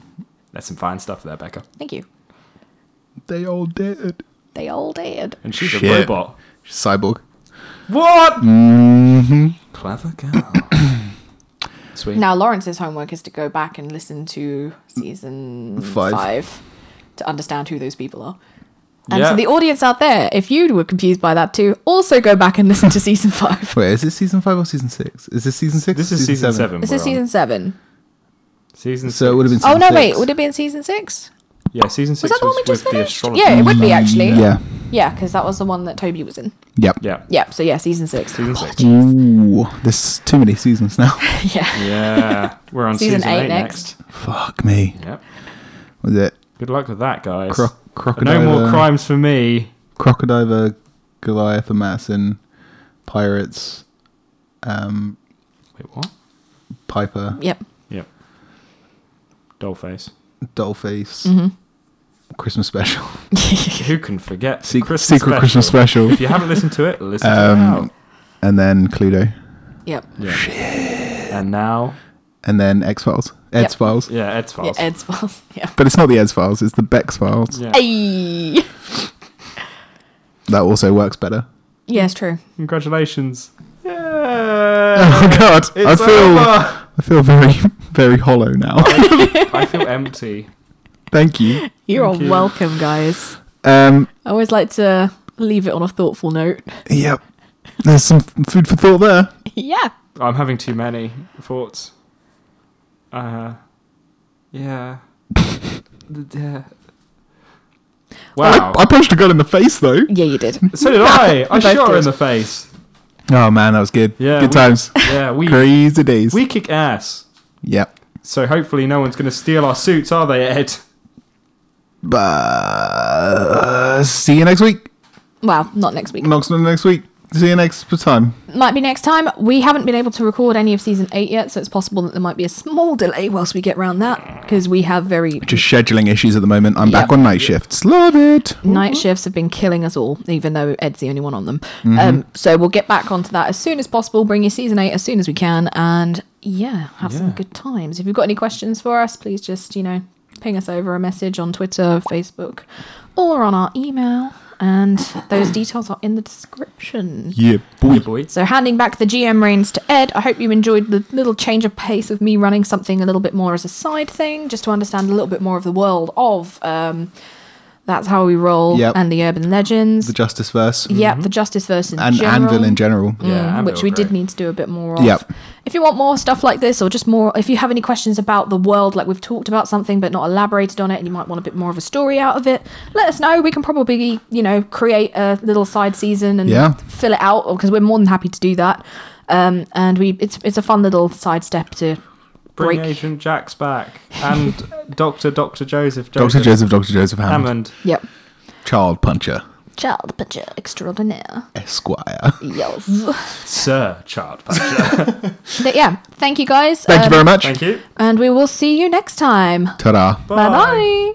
Speaker 2: That's some fine stuff there, Becca.
Speaker 3: Thank you.
Speaker 1: They all did.
Speaker 3: They all did.
Speaker 2: And she's a
Speaker 1: Shit.
Speaker 2: robot.
Speaker 1: Cyborg.
Speaker 2: What? Clever girl. Sweet.
Speaker 3: Now Lawrence's homework is to go back and listen to season
Speaker 1: Five.
Speaker 3: five, to understand who those people are. And
Speaker 2: Yeah.
Speaker 3: so the audience out there, if you were confused by that too, also go back and listen to season five.
Speaker 1: Wait, is this season five or season six? Is this season six?
Speaker 2: This
Speaker 1: or
Speaker 2: is season seven.
Speaker 3: This
Speaker 2: we're
Speaker 3: is season
Speaker 2: on.
Speaker 3: seven.
Speaker 2: Season
Speaker 1: So it would have been.
Speaker 3: Oh
Speaker 1: Season
Speaker 3: no,
Speaker 1: six.
Speaker 3: wait, would it be in season six?
Speaker 2: Yeah, season six
Speaker 3: Was
Speaker 2: was,
Speaker 3: that the one we just
Speaker 2: with the
Speaker 3: finished?
Speaker 2: astrologer.
Speaker 3: Yeah, it would be actually.
Speaker 1: Mm, Yeah.
Speaker 3: yeah, because that was the one that Toby was in.
Speaker 1: Yep.
Speaker 2: Yeah.
Speaker 3: Yep. So yeah, season six.
Speaker 2: Season six.
Speaker 1: Ooh, there's too many seasons now.
Speaker 3: yeah.
Speaker 2: Yeah, we're on season,
Speaker 3: Season eight
Speaker 2: eight, next.
Speaker 3: next.
Speaker 1: Fuck me.
Speaker 2: Yep.
Speaker 1: Was it
Speaker 2: Good luck with that, guys.
Speaker 1: Croc- crocodile?
Speaker 2: no more crimes for me.
Speaker 1: Crocodiver, Goliath, and Madison, Pirates, um,
Speaker 2: Wait, what?
Speaker 1: Piper,
Speaker 3: Yep.
Speaker 2: Yep. Dollface.
Speaker 1: Dollface, Christmas Special,
Speaker 2: Who can forget? the
Speaker 1: Secret, Secret Christmas Special, Um,
Speaker 2: If you haven't listened to it, listen to it now.
Speaker 1: and then Cluedo,
Speaker 3: Yep.
Speaker 2: Yeah. And now,
Speaker 1: and then X Files, Ed's
Speaker 3: Yep.
Speaker 1: Files.
Speaker 2: yeah, Ed's
Speaker 3: Yeah,
Speaker 2: files.
Speaker 3: Ed's files. Yeah.
Speaker 1: But it's not the Ed's Files; it's the Beck's Files.
Speaker 2: Yeah.
Speaker 3: Ayy.
Speaker 1: That also works better.
Speaker 3: Yeah, it's true.
Speaker 2: Congratulations. Yeah.
Speaker 1: Oh God, I
Speaker 2: It's
Speaker 1: feel I feel very very hollow now.
Speaker 2: I feel empty.
Speaker 1: Thank you.
Speaker 3: You're
Speaker 2: Thank you.
Speaker 3: welcome, guys.
Speaker 1: Um,
Speaker 3: I always like to leave it on a thoughtful note.
Speaker 1: yep, there's some food for thought there.
Speaker 3: yeah.
Speaker 2: I'm having too many thoughts. Uh, yeah. wow.
Speaker 1: I, I punched a girl in the face though.
Speaker 3: Yeah, you did.
Speaker 2: so did I. I
Speaker 3: We both
Speaker 2: shot her
Speaker 3: did.
Speaker 2: in the face.
Speaker 1: Oh man, that was good.
Speaker 2: Yeah,
Speaker 1: good
Speaker 2: we-
Speaker 1: times.
Speaker 2: Yeah, we
Speaker 1: Crazy days.
Speaker 2: we kick ass.
Speaker 1: yep.
Speaker 2: So hopefully no one's going to steal our suits, are they, Ed?
Speaker 1: But uh, see you next week.
Speaker 3: Well, not next week.
Speaker 1: Next next week. See you next time.
Speaker 3: Might be next time. We haven't been able to record any of season eight yet, so it's possible that there might be a small delay whilst we get round that because we have very
Speaker 1: Just scheduling issues at the moment. I'm back
Speaker 3: Yep.
Speaker 1: on night shifts. Love it.
Speaker 3: night shifts have been killing us all, even though Ed's the only one on them. Um, so we'll get back onto that as soon as possible. Bring you season eight as soon as we can, and yeah, have some
Speaker 2: Yeah.
Speaker 3: good times. If you've got any questions for us, please just you know ping us over a message on Twitter, Facebook, or on our email, and those details are in the description.
Speaker 1: Yeah, boy.
Speaker 2: boy.
Speaker 3: So handing back the GM reins to Ed, I hope you enjoyed the little change of pace of me running something a little bit more as a side thing, just to understand a little bit more of the world of um, that's how we roll
Speaker 1: Yep.
Speaker 3: and the urban legends.
Speaker 1: The Justice Verse.
Speaker 3: Yep, the Justice verse in
Speaker 1: And
Speaker 3: general,
Speaker 1: Anvil in general.
Speaker 2: Yeah,
Speaker 3: mm, which we
Speaker 2: Anvil,
Speaker 3: did
Speaker 2: great.
Speaker 3: need to do a bit more of.
Speaker 1: Yep.
Speaker 3: If you want more stuff like this, or just more, if you have any questions about the world, like we've talked about something but not elaborated on it, and you might want a bit more of a story out of it, let us know. We can probably, you know, create a little side season and
Speaker 1: Yeah.
Speaker 3: fill it out because we're more than happy to do that. Um, and we, it's it's a fun little side step to
Speaker 2: Bring
Speaker 3: break.
Speaker 2: Agent Jack's back and Doctor Doctor Joseph
Speaker 1: Dr.
Speaker 2: Joseph,
Speaker 1: Joseph, Dr. Joseph Hammond.
Speaker 2: Hammond.
Speaker 3: Yep.
Speaker 1: Child Puncher
Speaker 3: Child picture extraordinaire.
Speaker 1: Esquire.
Speaker 3: Um, Yes.
Speaker 2: Sir Child Puncher.
Speaker 3: but yeah, thank you guys.
Speaker 1: Thank you
Speaker 3: um,
Speaker 1: very much.
Speaker 2: Thank you.
Speaker 3: And we will see you next time.
Speaker 1: Ta da.
Speaker 3: Bye bye.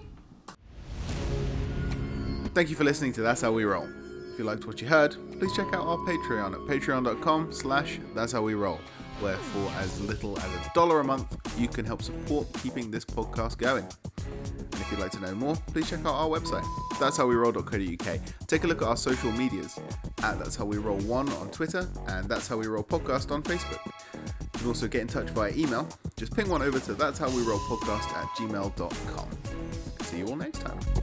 Speaker 1: Thank you for listening to That's How We Roll. If you liked what you heard, please check out our Patreon at patreon.com slash that's how we roll, where for as little as a dollar a month, you can help support keeping this podcast going. And if you'd like to know more, please check out our website, that's how we roll.co.uk. Take a look at our social medias at that's how we roll one on Twitter and that's how we roll podcast on Facebook. You can also get in touch via email. Just ping one over to that's how we roll podcast at gmail.com. See you all next time.